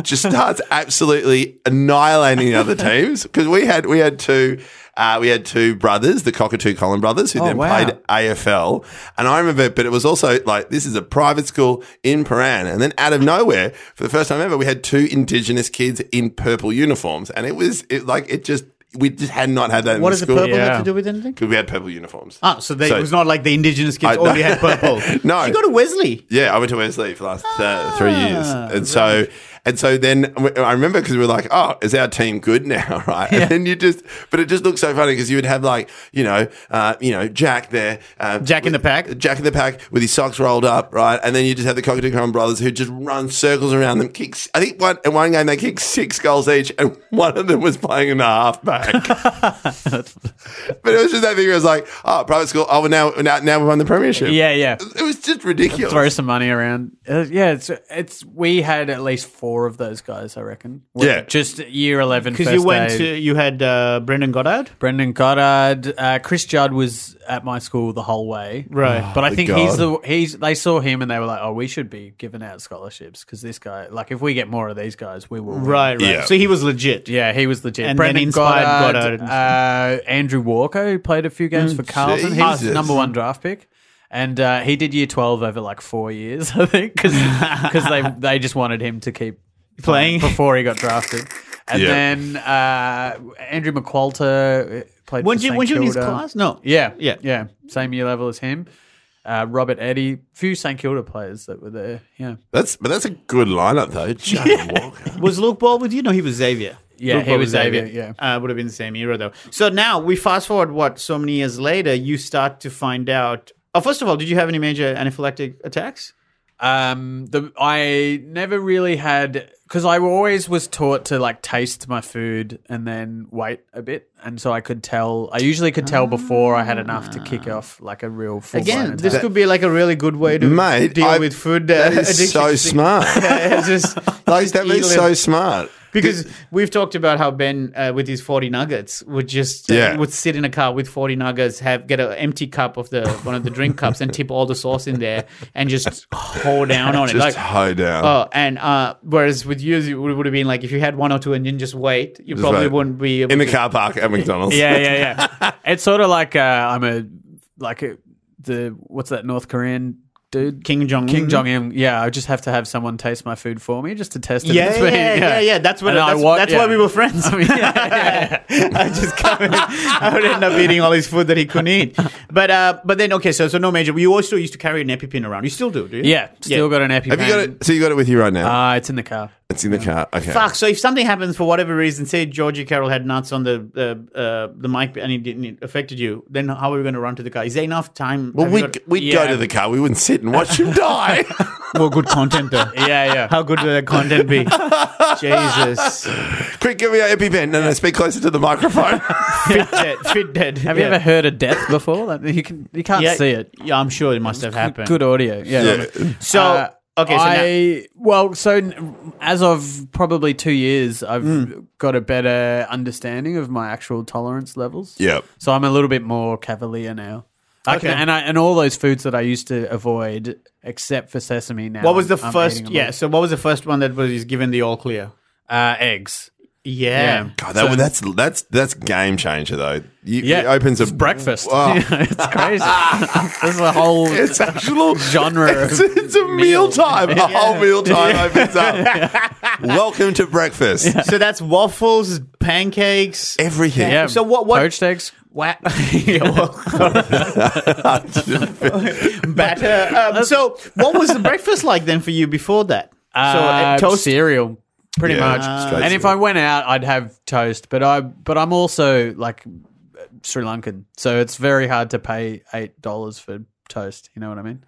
Speaker 3: just starts absolutely annihilating the other teams because we had we had two. Uh, we had two brothers, the Cockatoo Collin brothers,
Speaker 2: Oh,
Speaker 3: who then
Speaker 4: wow.
Speaker 3: played AFL. And I remember, but it was also like this is a private school in Paran. And then out of nowhere, for the first time ever, we had two Indigenous kids in purple uniforms. And it was it, like, it just, we just had not had that in
Speaker 2: what
Speaker 3: the
Speaker 2: does the
Speaker 3: school.
Speaker 2: purple have
Speaker 4: Yeah.
Speaker 2: to do with anything?
Speaker 3: Because we had purple uniforms.
Speaker 2: Ah, so, they,
Speaker 3: So-
Speaker 2: it was not like the indigenous kids
Speaker 3: I-
Speaker 2: only had purple.
Speaker 3: No.
Speaker 2: you go to Wesley. Ah,
Speaker 3: Yeah, I went to Wesley for the last uh, three years, and so And so then I remember because we were like, oh, is our team good now, right? And then you just, but it just looked so funny because you would have like, you know, uh, you know, Jack there, uh,
Speaker 2: Jack in the pack.
Speaker 3: Jack in the Pack with his socks rolled up, right? And then you just have the Cockatoo Crumb brothers who just run circles around them, kicks. I think one in one game they kicked six goals each, and one of them was playing in the halfback. but it was just that thing. Where it was like, oh, private school. Oh, well, now now now we've won the premiership.
Speaker 4: Yeah, yeah.
Speaker 3: it was just ridiculous.
Speaker 4: Throw some money around. Uh, yeah, it's it's. We had at least four of those guys, I reckon. We-
Speaker 3: Yeah.
Speaker 4: just year eleven.
Speaker 2: Because you went to, you had uh, Brendan Goddard.
Speaker 4: Brendan Goddard, uh, Chris Judd was at my school the whole way.
Speaker 2: Right.
Speaker 4: But I
Speaker 3: Thank
Speaker 4: think
Speaker 3: God.
Speaker 4: he's the he's. They saw him and they were like, "Oh, we should be giving out scholarships because this guy. Like, if we get more of these guys, we will." win."
Speaker 2: Right, right.
Speaker 3: Yeah.
Speaker 2: So he was legit.
Speaker 4: Yeah, he was legit.
Speaker 2: And then
Speaker 4: Brendan
Speaker 2: inspired
Speaker 4: Goddard,
Speaker 2: Goddard and-
Speaker 4: uh, Andrew Walker, who played a few games for Carlton. He was
Speaker 3: Jesus.
Speaker 4: the number one draft pick. And uh, he did year 12 over like four years, I think, because they, they just wanted him to keep
Speaker 2: Playing.
Speaker 4: before he got drafted. And
Speaker 3: Yeah.
Speaker 4: then uh, Andrew McQualter uh, played
Speaker 2: Weren't
Speaker 4: for
Speaker 2: you,
Speaker 4: St.
Speaker 2: weren't you in his
Speaker 4: Kilda.
Speaker 2: class? No.
Speaker 4: Yeah,
Speaker 2: Yeah.
Speaker 4: yeah. Same year level as him. Uh, Robert Eddy, few St Kilda players that were there. Yeah,
Speaker 3: That's but that's a good lineup though. Jack Walker.
Speaker 2: Was Luke Ball with you? No, he was Xavier.
Speaker 4: Yeah,
Speaker 2: Luke
Speaker 4: he
Speaker 2: Ball
Speaker 4: was Xavier,
Speaker 2: Uh, would have been the same era, though. So now we fast forward, what, so many years later, you start to find out. Oh, first of all, did you have any major anaphylactic attacks?
Speaker 4: Um, the I never really had because I always was taught to like taste my food and then wait a bit, and so I could tell. I usually could tell before I had enough to kick off like a real full
Speaker 2: Ah. Again,
Speaker 4: Blown
Speaker 2: this could be like a really good way to
Speaker 3: Mate,
Speaker 2: deal
Speaker 3: I-
Speaker 2: with food uh,
Speaker 3: That is so
Speaker 2: addiction.
Speaker 3: smart.
Speaker 2: It's just,
Speaker 3: Like
Speaker 2: just
Speaker 3: that
Speaker 2: eat
Speaker 3: is
Speaker 2: a little-
Speaker 3: so smart.
Speaker 2: because we've talked about how Ben uh, with his 40 nuggets would just uh,
Speaker 3: Yeah.
Speaker 2: would sit in a car with 40 nuggets have get an empty cup of the one of the drink cups and tip all the sauce in there and just hold down on it
Speaker 3: Just
Speaker 2: like
Speaker 3: hoe down.
Speaker 2: Oh, and uh, whereas with you, it would have been like if you had one or two and then just wait, you
Speaker 3: Just
Speaker 2: probably
Speaker 3: wait.
Speaker 2: wouldn't be able
Speaker 3: in the
Speaker 2: to-
Speaker 3: car park at McDonald's.
Speaker 4: yeah, yeah, yeah. it's sort of like uh, I'm a like a, the what's that North Korean dude
Speaker 2: King Jong
Speaker 4: King Jong Un. Yeah, I just have to have someone taste my food for me just to test it.
Speaker 2: Yeah,
Speaker 4: It's
Speaker 2: yeah,
Speaker 4: me,
Speaker 2: yeah, yeah, yeah. That's what.
Speaker 4: And I
Speaker 2: That's,
Speaker 4: wa-
Speaker 2: that's
Speaker 4: yeah.
Speaker 2: why we were friends. I
Speaker 4: mean, yeah,
Speaker 2: I just come in, I would end up eating all his food that he couldn't eat. But uh, but then okay, so so no major. You also used to carry an EpiPen around. You still do, do you?
Speaker 4: Yeah, still got an epi.
Speaker 3: Have you got it? So you got it with you right now?
Speaker 4: Uh, it's in the car.
Speaker 3: it's in the car. Okay.
Speaker 2: Fuck. So if something happens for whatever reason, say Georgie Carroll had nuts on the uh, uh, the mic and it didn't it affected you, then how are we going to run to the car? Is there enough time?
Speaker 3: Well,
Speaker 2: Have you
Speaker 3: we'd,
Speaker 2: got-
Speaker 3: we'd go
Speaker 4: yeah.
Speaker 3: to the car. We wouldn't sit and watch him die.
Speaker 2: well, good content though.
Speaker 4: Yeah, yeah.
Speaker 2: How good would that content be? Jesus.
Speaker 3: Quick, give me your EpiPen. No, no, speak closer to the microphone.
Speaker 2: Fit dead. Fit dead.
Speaker 4: Have you ever heard of death before? Like, you can you can't
Speaker 2: yeah,
Speaker 4: see it.
Speaker 2: Yeah, I'm sure it must have happened.
Speaker 4: Good audio. Yeah.
Speaker 2: So,
Speaker 4: Uh,
Speaker 2: okay, so now,
Speaker 4: I well, so n- as of probably two years, I've
Speaker 3: Hmm.
Speaker 4: got a better understanding of my actual tolerance levels.
Speaker 3: yep.
Speaker 4: So I'm a little bit more cavalier now. I can,
Speaker 2: Okay.
Speaker 4: and I and all those foods that I used to avoid, except for sesame. Now,
Speaker 2: what was the
Speaker 4: I'm
Speaker 2: first?
Speaker 4: eating them
Speaker 2: Yeah, so what was the first one that was given the all clear?
Speaker 4: all. uh, eggs.
Speaker 2: Yeah.
Speaker 3: God, that, that's that's that's game changer though. You,
Speaker 4: Yeah,
Speaker 3: it opens a
Speaker 4: it's breakfast.
Speaker 3: Wow.
Speaker 4: Yeah, it's crazy. this is a whole
Speaker 3: It's actual
Speaker 4: genre.
Speaker 3: It's,
Speaker 4: of-
Speaker 3: it's a meal time. A whole meal time opens up. Welcome to breakfast.
Speaker 2: So that's waffles, pancakes,
Speaker 3: Everything.
Speaker 4: yeah.
Speaker 2: So what- what-
Speaker 4: poached eggs?
Speaker 2: Wow. batter. Um, so, what was the breakfast like then for you before that?
Speaker 4: Uh,
Speaker 2: so, uh, toast.
Speaker 4: cereal, pretty
Speaker 3: Yeah,
Speaker 4: much.
Speaker 3: straight
Speaker 4: and if
Speaker 3: cereal.
Speaker 4: I went out, I'd have toast. But I, but I'm also like Sri Lankan, so it's very hard to pay eight dollars for toast. You know what I mean?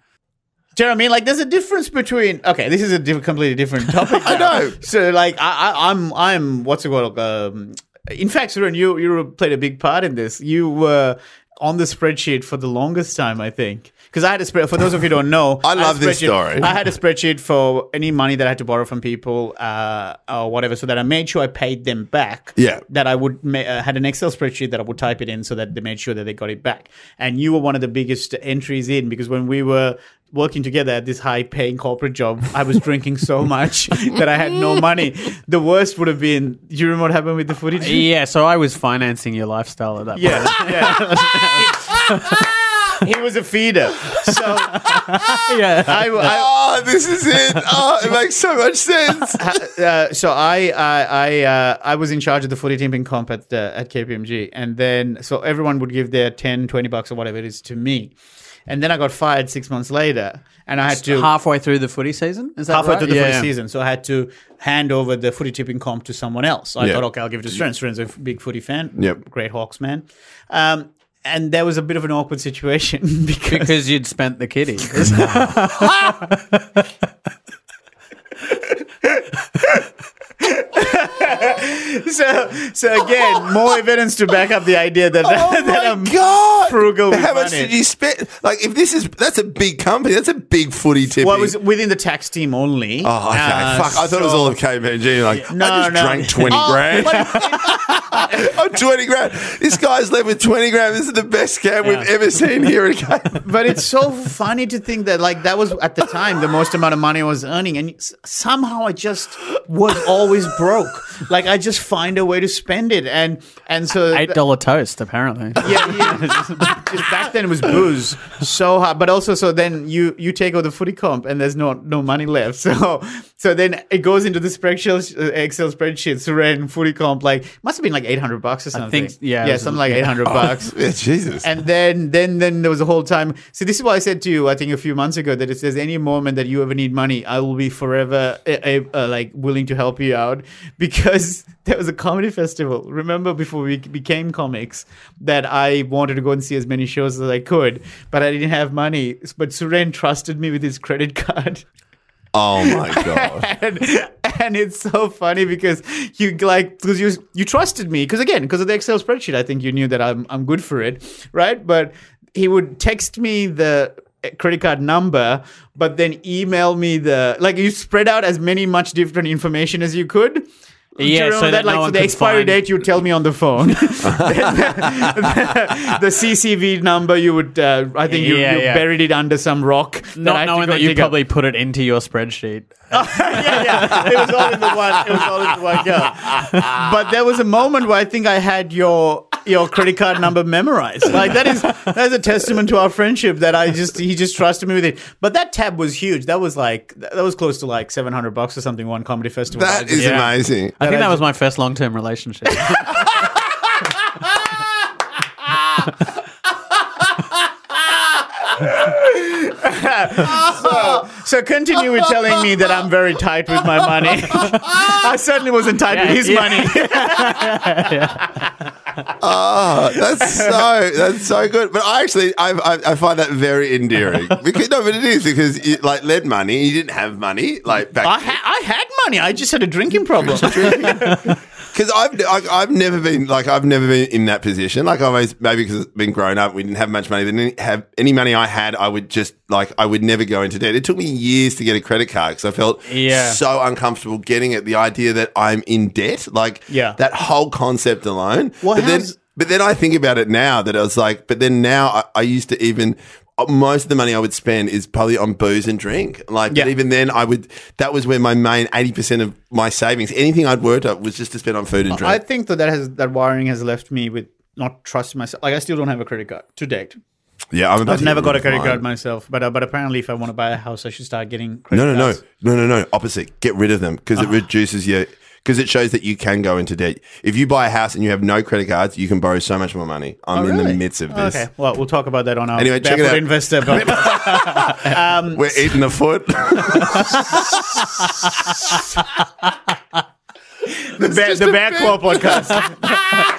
Speaker 2: Do you know what I mean? Like, there's a difference between. Okay, this is a diff- completely different topic. I know. So, like, I, I, I'm, I'm, what's it called? Um, in fact, Suren, you, you played a big part in this. You were on the spreadsheet for the longest time, I think. Because I had a spread. For those of you who don't know,
Speaker 3: I
Speaker 2: had a
Speaker 3: love this
Speaker 2: spreadsheet-
Speaker 3: story.
Speaker 2: I had a spreadsheet for any money that I had to borrow from people uh, or whatever, so that I made sure I paid them back.
Speaker 3: Yeah.
Speaker 2: That I would ma- uh, had an Excel spreadsheet that I would type it in so that they made sure that they got it back. And you were one of the biggest entries in because when we were working together at this high paying corporate job, I was drinking so much that I had no money. The worst would have been. Do you remember what happened with the footage?
Speaker 4: Yeah. So I was financing your lifestyle at that. point.
Speaker 2: Yeah, yeah. he was a feeder, so
Speaker 4: yeah.
Speaker 2: I, I
Speaker 3: Oh, this is it. Oh, it makes so much sense.
Speaker 2: uh, so I I I, uh, I was in charge of the footy team in comp at uh, at KPMG, and then so everyone would give their 10, 20 bucks or whatever it is to me. and then I got fired six months later, and I had to
Speaker 4: halfway through the footy season. Is that
Speaker 2: halfway
Speaker 4: right?
Speaker 2: through the
Speaker 4: Yeah.
Speaker 2: footy season. So I had to hand over the footy tipping comp to someone else. I
Speaker 3: Yeah.
Speaker 2: thought, okay, I'll give it to Stren. Stren's a big footy fan.
Speaker 3: Yep.
Speaker 2: Great Hawks man. Um, and there was a bit of an awkward situation because
Speaker 4: Because you'd spent the kitty.
Speaker 2: so so again more evidence to back up the idea that that I'm
Speaker 3: Oh God!
Speaker 2: frugal with
Speaker 3: How much
Speaker 2: money.
Speaker 3: did you spend? Like, if this is that's a big company, that's a big footy tip.
Speaker 2: well, it was within the tax team only.
Speaker 3: Oh, okay.
Speaker 2: Uh,
Speaker 3: Fuck. I thought it was
Speaker 2: so-
Speaker 3: all of KPMG. Like,
Speaker 2: No,
Speaker 3: I just
Speaker 2: no. Oh,
Speaker 3: drank 20 grand. I'm 20 grand. This guy's left with 20 grand. This is the best scam we've
Speaker 2: Yeah.
Speaker 3: ever seen here at KPMG.
Speaker 2: but it's so funny to think that like that was at the time the most amount of money I was earning, and s- somehow I just was always broke. Like I just find a way to spend it, and and so
Speaker 4: Eight dollar toast, apparently.
Speaker 2: yeah, yeah. Just back then it was booze so hard, but also so then you you take over the footy comp and there's no no money left. So so then it goes into the spreadsheet uh, Excel spreadsheet. Suren footy comp like must have been like eight hundred bucks or something.
Speaker 4: think- yeah, it
Speaker 2: yeah,
Speaker 4: was-
Speaker 2: something like eight hundred bucks.
Speaker 3: Yeah, Jesus.
Speaker 2: And then, then, then there was a whole time. See, this is why I said to you, I think a few months ago, that if there's any moment that you ever need money, I will be forever uh, uh, like willing to help you out because there was a comedy festival. Remember before we became comics, that I wanted to go and see as many shows as I could, but I didn't have money. But Suren trusted me with his credit card.
Speaker 3: oh, my God.
Speaker 2: And, and it's so funny because you like because you you trusted me because again because of the Excel spreadsheet I think you knew that I'm I'm good for it right but he would text me the eh, credit card number but then email me the like you spread out as many much different information as you could. Do you
Speaker 4: Yeah,
Speaker 2: remember
Speaker 4: so that
Speaker 2: like
Speaker 4: no
Speaker 2: so
Speaker 4: one
Speaker 2: the
Speaker 4: could
Speaker 2: expiry
Speaker 4: find-
Speaker 2: date you would tell me on the phone, the, the- the CCV number you would uh, I think you,
Speaker 4: Yeah,
Speaker 2: you
Speaker 4: yeah.
Speaker 2: buried it under some rock, that I
Speaker 4: Not
Speaker 2: had to
Speaker 4: knowing
Speaker 2: go
Speaker 4: that you
Speaker 2: dig up.
Speaker 4: probably put it into your spreadsheet.
Speaker 2: yeah, yeah. It was all in the one. It was all in the one go. But there was a moment where I think I had your your credit card number memorized. Like that is that is a testament to our friendship that I just he just trusted me with it. But that tab was huge. That was like that was close to like seven hundred bucks or something. One comedy festival.
Speaker 3: That is
Speaker 4: Yeah.
Speaker 3: amazing.
Speaker 4: I think
Speaker 2: I
Speaker 4: that was
Speaker 2: ju-
Speaker 4: my first long term relationship.
Speaker 2: so continue with telling me that I'm very tight with my money. I certainly wasn't tight with his
Speaker 4: yeah.
Speaker 2: money.
Speaker 3: Oh, that's so that's so good. But I actually I, I, I find that very endearing because no, but it is because you, like lead money, you didn't have money like
Speaker 2: I,
Speaker 3: back
Speaker 2: ha- I had money. I just had a drinking problem.
Speaker 3: because I've I, I've never been like I've never been in that position. Like I've always maybe because I've been grown up, we didn't have much money. But any, have any money I had, I would just like I would never go into debt. It took me years to get a credit card because I felt
Speaker 4: Yeah.
Speaker 3: so uncomfortable getting it. The idea that I'm in debt, like
Speaker 2: Yeah.
Speaker 3: that whole concept alone.
Speaker 2: Well,
Speaker 3: but then
Speaker 2: how's-
Speaker 3: but then I think about it now that I was like, but then now I, I used to even. uh, Most of the money I would spend is probably on booze and drink. Like, but
Speaker 2: Yeah.
Speaker 3: even then, I would. That was where my main eighty percent of my savings, anything I'd worked up, was just to spend on food and drink.
Speaker 2: I think that that has that wiring has left me with not trusting myself. Like I still don't have a credit card to date.
Speaker 3: yeah, I'm about
Speaker 2: I've
Speaker 3: to
Speaker 2: never
Speaker 3: get
Speaker 2: got
Speaker 3: rid
Speaker 2: a
Speaker 3: of
Speaker 2: credit
Speaker 3: mine.
Speaker 2: card myself, but uh, but apparently if I want to buy a house, I should start getting credit
Speaker 3: No, no, no,
Speaker 2: cards.
Speaker 3: no, no, no. Opposite. Get rid of them because
Speaker 2: Uh-huh.
Speaker 3: it reduces your. Because it shows that you can go into debt. If you buy a house and you have no credit cards, you can borrow so much more money. I'm in the
Speaker 2: Oh, Really?
Speaker 3: midst of this.
Speaker 2: Okay, well we'll talk about that on our
Speaker 3: Anyway, check it
Speaker 2: Barefoot
Speaker 3: out.
Speaker 2: investor. But
Speaker 3: We're eating the foot.
Speaker 2: the bear, the bear claw podcast.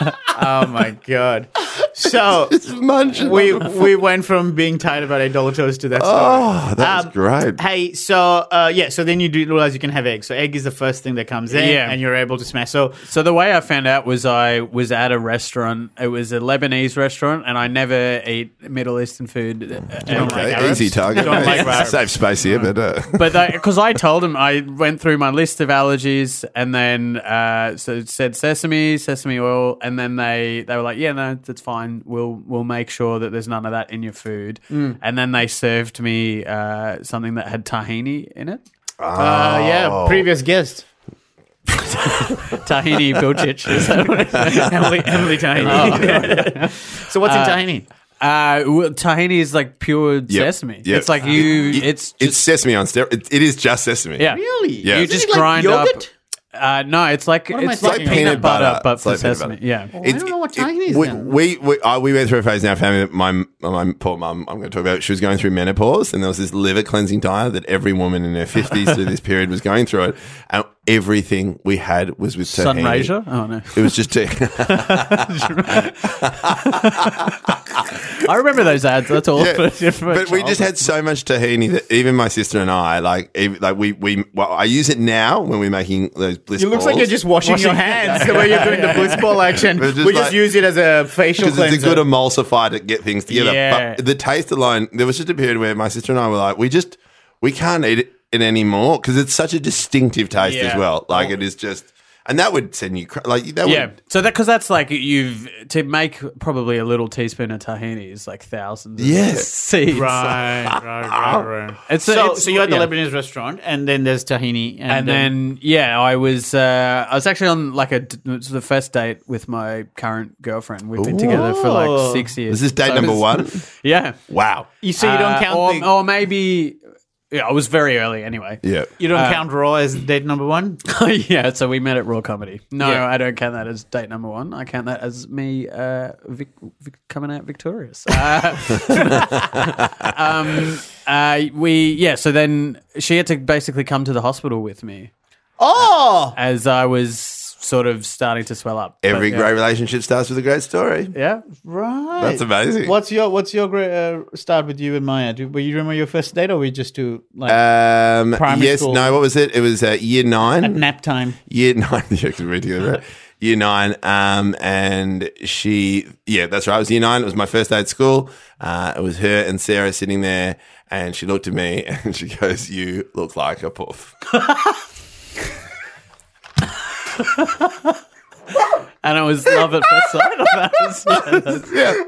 Speaker 2: oh my god! So
Speaker 3: it's munching.
Speaker 2: we we went from being tired about eight dollar toast to that. Story.
Speaker 3: oh, that's
Speaker 2: Um,
Speaker 3: great.
Speaker 2: Hey, so uh, yeah, so then you do realize you can have eggs. So egg is the first thing that comes in,
Speaker 4: Yeah.
Speaker 2: and you're able to smash. So
Speaker 4: So the way I found out was I was at a restaurant. It was a Lebanese restaurant, and I never eat Middle Eastern food. Uh, And-
Speaker 2: like
Speaker 3: Okay, easy
Speaker 2: Arabs.
Speaker 3: target.
Speaker 2: Don't like Arabs.
Speaker 3: Safe space here, but uh,
Speaker 4: but because I told him, I went through my list of allergies, and then uh, so it said sesame, sesame oil, and then they they were like, yeah, no, that's fine. We'll we'll make sure that there's none of that in your food. And then they served me uh, something that had tahini in it,
Speaker 2: uh, yeah, previous guest.
Speaker 4: tahini bilchich. Is that what it is?
Speaker 2: Emily, Emily Tiny. so what's in Tiny?
Speaker 4: Uh, well, tahini is like pure sesame.
Speaker 3: Yep.
Speaker 4: It's like you.
Speaker 3: It-
Speaker 4: it's
Speaker 3: it's
Speaker 4: just,
Speaker 3: sesame on steroids. It, it is just sesame.
Speaker 4: yeah.
Speaker 2: Really?
Speaker 3: Yeah.
Speaker 4: You
Speaker 2: Isn't
Speaker 4: just
Speaker 2: it like
Speaker 4: grind
Speaker 2: yogurt?
Speaker 4: up. Uh, no, it's like
Speaker 2: am I
Speaker 4: it's like
Speaker 2: thinking
Speaker 4: peanut,
Speaker 3: Peanut
Speaker 2: of?
Speaker 3: butter.
Speaker 4: butter, but
Speaker 3: It's
Speaker 4: for
Speaker 3: like peanut
Speaker 4: sesame.
Speaker 3: butter.
Speaker 4: Yeah.
Speaker 2: I don't know what time it is
Speaker 3: We
Speaker 2: now.
Speaker 3: we, we, I, we went through a phase in our family that my my poor mum I'm going to talk about. She was going through menopause, and there was this liver cleansing diet that every woman in her fifties through this period was going through it, and everything we had was with tahini.
Speaker 4: Sunraysia? Oh no.
Speaker 3: It was just to,
Speaker 4: I remember those ads. That's all.
Speaker 3: Yeah. but we just had so much tahini that even my sister and I like even, like we we well I use it now when we're making those bliss.
Speaker 2: It looks like
Speaker 3: balls.
Speaker 2: you're just washing, your hands the way you're doing the bliss ball action.
Speaker 3: It's just
Speaker 2: we just
Speaker 3: like-
Speaker 2: use it as a facial
Speaker 3: because
Speaker 2: cleanser.
Speaker 3: it's a good emulsifier to get things together.
Speaker 4: Yeah.
Speaker 3: But the taste alone, there was just a period where my sister and I were like, we just we can't eat it in anymore because it's such a distinctive taste as
Speaker 4: Yeah.
Speaker 3: well. Like it is just, and that would send you cra- like that
Speaker 4: Yeah.
Speaker 3: would.
Speaker 4: So that because that's like you've to make probably a little teaspoon of tahini is like thousands. Of
Speaker 3: Yes.
Speaker 4: Seeds.
Speaker 2: Right, right, right, right.
Speaker 4: It's a-
Speaker 2: So,
Speaker 4: it's-
Speaker 2: so you're at the
Speaker 4: yeah.
Speaker 2: Lebanese restaurant, and then there's tahini, and,
Speaker 4: And then yeah, I was uh, I was actually on like a it was the first date with my current girlfriend. We've been together for
Speaker 2: Ooh.
Speaker 4: like six years.
Speaker 3: Is this date
Speaker 4: So
Speaker 3: number
Speaker 4: it's-
Speaker 3: one?
Speaker 4: Yeah.
Speaker 3: Wow.
Speaker 2: you so you don't
Speaker 4: Uh,
Speaker 2: count
Speaker 4: or,
Speaker 2: the-
Speaker 4: or maybe yeah, I was very early anyway.
Speaker 3: Yeah.
Speaker 2: you don't count raw as date number one.
Speaker 4: yeah, so we met at Raw Comedy. No,
Speaker 2: Yeah.
Speaker 4: I don't count that as date number one. I count that as me uh, vic- vic- coming out victorious. Uh, um, uh, we yeah. So then she had to basically come to the hospital with me
Speaker 2: Oh,
Speaker 4: as I was sort of starting to swell up. But,
Speaker 3: Every
Speaker 4: yeah.
Speaker 3: great relationship starts with a great story.
Speaker 4: Yeah.
Speaker 2: right.
Speaker 3: That's amazing.
Speaker 2: What's your What's your great uh, start with you and Maya? Do, were you remember your first date, or were you just to like
Speaker 3: Um,
Speaker 2: Primary
Speaker 3: yes,
Speaker 2: school.
Speaker 3: no, what was it? It was uh, year nine.
Speaker 2: nap time?
Speaker 3: year nine. Yeah, 'cause we're together, right? year nine. Um, and she, yeah, that's right. It was year nine. It was my first day at school. Uh, it was her and Sarah sitting there, and she looked at me and she goes, "You look like a puff."
Speaker 4: And I was love at first sight. That was- yeah, that's-
Speaker 3: Yeah.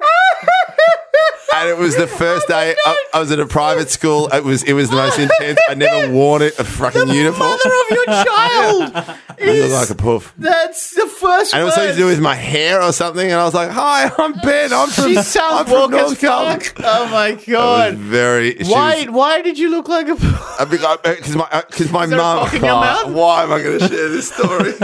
Speaker 3: And it was the first day I, I was at a private school. It was it was the most intense. I never worn it a fucking uniform.
Speaker 2: of your child
Speaker 3: You look like a puff.
Speaker 2: that's the first.
Speaker 3: And it was something to do with my hair or something. And I was like, "Hi, I'm Ben. I'm from, I'm from North Carolina."
Speaker 2: Oh my
Speaker 3: It was
Speaker 2: god.
Speaker 3: very. she was-
Speaker 2: Why, why did you look like a
Speaker 3: because uh, my because my
Speaker 2: there a
Speaker 3: mum. oh,
Speaker 2: cock in your mouth?
Speaker 3: Why am I going to share this story?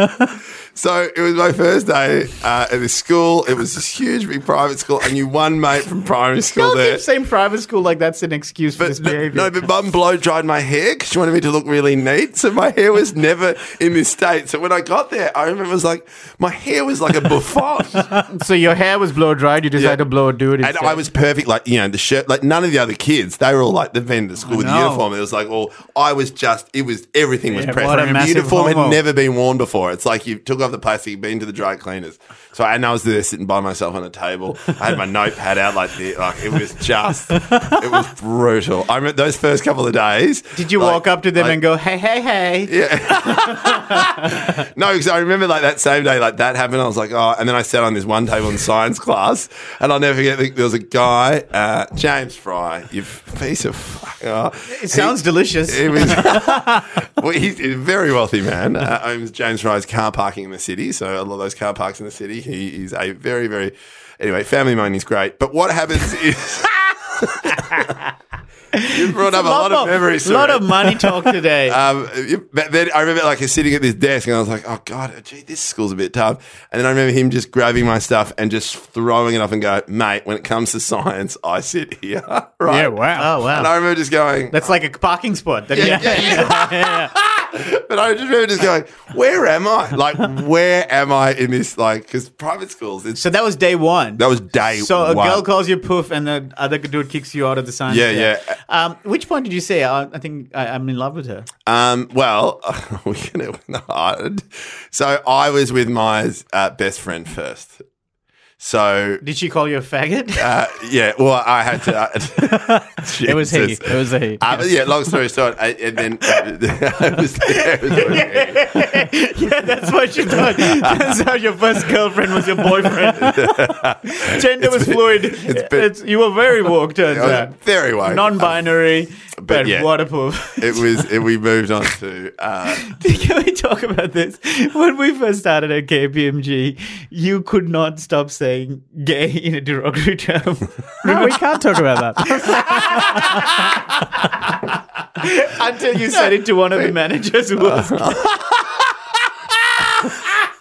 Speaker 3: so it was my first day uh, at this school. It was this huge big private school. I knew one mate from primary school
Speaker 2: Don't
Speaker 3: there.
Speaker 2: keep saying private school like that's an excuse for this
Speaker 3: But,
Speaker 2: behavior.
Speaker 3: no, but mum blow dried my hair because she wanted me to look really neat. So my hair was never in this state. So when I got there, I remember it was like my hair was like a buffon.
Speaker 2: so your hair was blow dried. You decided
Speaker 3: Yeah.
Speaker 2: to blow a dude.
Speaker 3: And I was perfect, like you know, the shirt. Like none of the other kids, they were all like the vendor school with the
Speaker 4: know.
Speaker 3: uniform. It was like, well, I was just. It was everything was
Speaker 4: Yeah,
Speaker 3: pressed.
Speaker 4: what a
Speaker 3: the
Speaker 4: massive
Speaker 3: uniform
Speaker 4: homo.
Speaker 3: had never been worn before. It's like you took off the plastic, you've been to the dry cleaners. So and I was there sitting by myself on a table. I had my notepad out like this. Like it was just, it was brutal. I remember those first couple of days.
Speaker 2: Did you
Speaker 3: like,
Speaker 2: walk up to them
Speaker 3: I-
Speaker 2: and go, hey, hey, hey?
Speaker 3: No, because I remember like that same day, like that happened. I was like, oh, and then I sat on this one table in science class, and I'll never forget. There was a guy, uh, James Fry, you piece of fuck. oh.
Speaker 2: It sounds delicious.
Speaker 3: He was, well, he's a very wealthy man. Uh, owns James Fry's car parking in the city. So a lot of those car parks in the city. He is a very, very anyway. Family man is great. But what happens is you brought up a lot, of memories.
Speaker 2: lot
Speaker 3: Sarah.
Speaker 2: of money talk today.
Speaker 3: Um, you- but then I remember like sitting at this desk and I was like, oh God, gee, this school's a bit tough. And then I remember him just grabbing my stuff and just throwing it off and go, mate, when it comes to science, I sit here. right.
Speaker 2: wow. Oh,
Speaker 3: And
Speaker 2: wow.
Speaker 3: I remember just going,
Speaker 2: That's like a parking spot. That
Speaker 3: yeah, yeah, yeah. but I just remember just going, where am I? Like, where am I in this? Like, because private schools, it's,
Speaker 2: So that was day one.
Speaker 3: that was day
Speaker 2: so a
Speaker 3: one.
Speaker 2: girl calls you poof, and the other dude kicks you out of the science.
Speaker 3: Yeah,
Speaker 2: fair.
Speaker 3: yeah.
Speaker 2: Um, which point did you say? I, I think I, I'm in love with her.
Speaker 3: Um, well, we're gonna win the hard. So I was with my uh, best friend first. So
Speaker 2: Did she call you a faggot?
Speaker 3: uh, yeah, well, I had to. Uh,
Speaker 4: it was he. It was he.
Speaker 3: Uh, but yeah, long story short, I, and then uh, I was there. yeah.
Speaker 2: yeah, that's what you thought. Turns out your first girlfriend was your boyfriend. Gender was fluid.
Speaker 3: it's been-
Speaker 2: It's- you were very woke, turns
Speaker 3: I
Speaker 2: out.
Speaker 3: was very wide.
Speaker 2: Non-binary, but,
Speaker 3: yeah.
Speaker 2: waterproof.
Speaker 3: it was. It, we moved on to. Uh,
Speaker 2: Can we talk about this? When we first started at KPMG, you could not stop saying gay in a derogatory term.
Speaker 4: No, we can't talk about that.
Speaker 2: Until you said it to one of the managers who was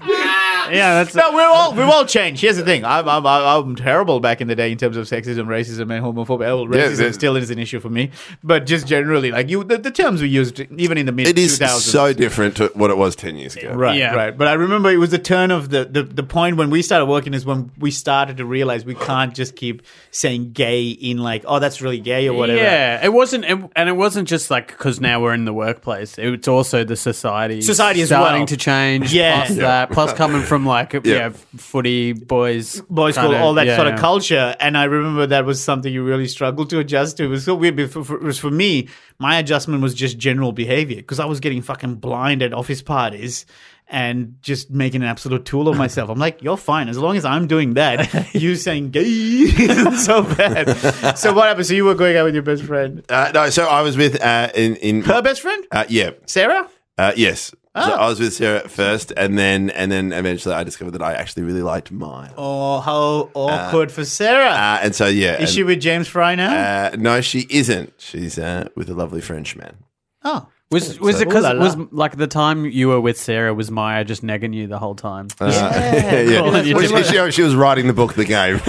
Speaker 2: yeah, that's no. We've all we've all changed. Here's the thing: I'm I'm, I'm I'm terrible back in the day in terms of sexism, racism, and homophobia. Well,
Speaker 3: Yeah,
Speaker 2: racism
Speaker 3: the-
Speaker 2: still is an issue for me, but just generally, like you, the, the terms we used even in the mid
Speaker 3: It is
Speaker 2: 2000s.
Speaker 3: so different to what it was 10 years ago.
Speaker 2: Right,
Speaker 4: Yeah.
Speaker 2: right. But I remember it was the turn of the, the the point when we started working is when we started to realize we can't just keep saying gay in like, oh, that's really gay or whatever.
Speaker 4: Yeah, it wasn't, it, and it wasn't just like because now we're in the workplace. It's also the society,
Speaker 2: Society as
Speaker 4: starting
Speaker 2: well.
Speaker 4: to change.
Speaker 2: Yeah.
Speaker 4: plus that, plus coming from like yeah, footy boys,
Speaker 2: boys
Speaker 4: kind
Speaker 2: school, all that
Speaker 4: yeah.
Speaker 2: sort of culture. And I remember that was something you really struggled to adjust to. It was so weird. But For, for, it was for me, my adjustment was just general behavior because I was getting fucking blind at office parties and just making an absolute tool of myself. I'm like, you're fine. As long as I'm doing that, you saying gay isn't so bad. so what happened? So you were going out with your best friend.
Speaker 3: Uh, no, so I was with, uh, in, in
Speaker 2: Her best friend?
Speaker 3: uh, yeah,
Speaker 2: Sarah?
Speaker 3: uh, yes. So I was with Sarah at first, and then and then eventually I discovered that I actually really liked mine.
Speaker 2: Oh, how awkward for Sarah.
Speaker 3: Uh, and so, yeah.
Speaker 2: Is she with James Fry now?
Speaker 3: uh, no, she isn't. She's uh, with a lovely Frenchman.
Speaker 2: oh.
Speaker 4: Was was it
Speaker 2: Ooh la
Speaker 4: because
Speaker 2: la.
Speaker 4: was like the time you were with Sarah was Maya just negging you the whole time?
Speaker 3: Uh, yeah,
Speaker 4: cool. You
Speaker 3: Well, she,
Speaker 4: do
Speaker 3: she, she was writing the book, The Game,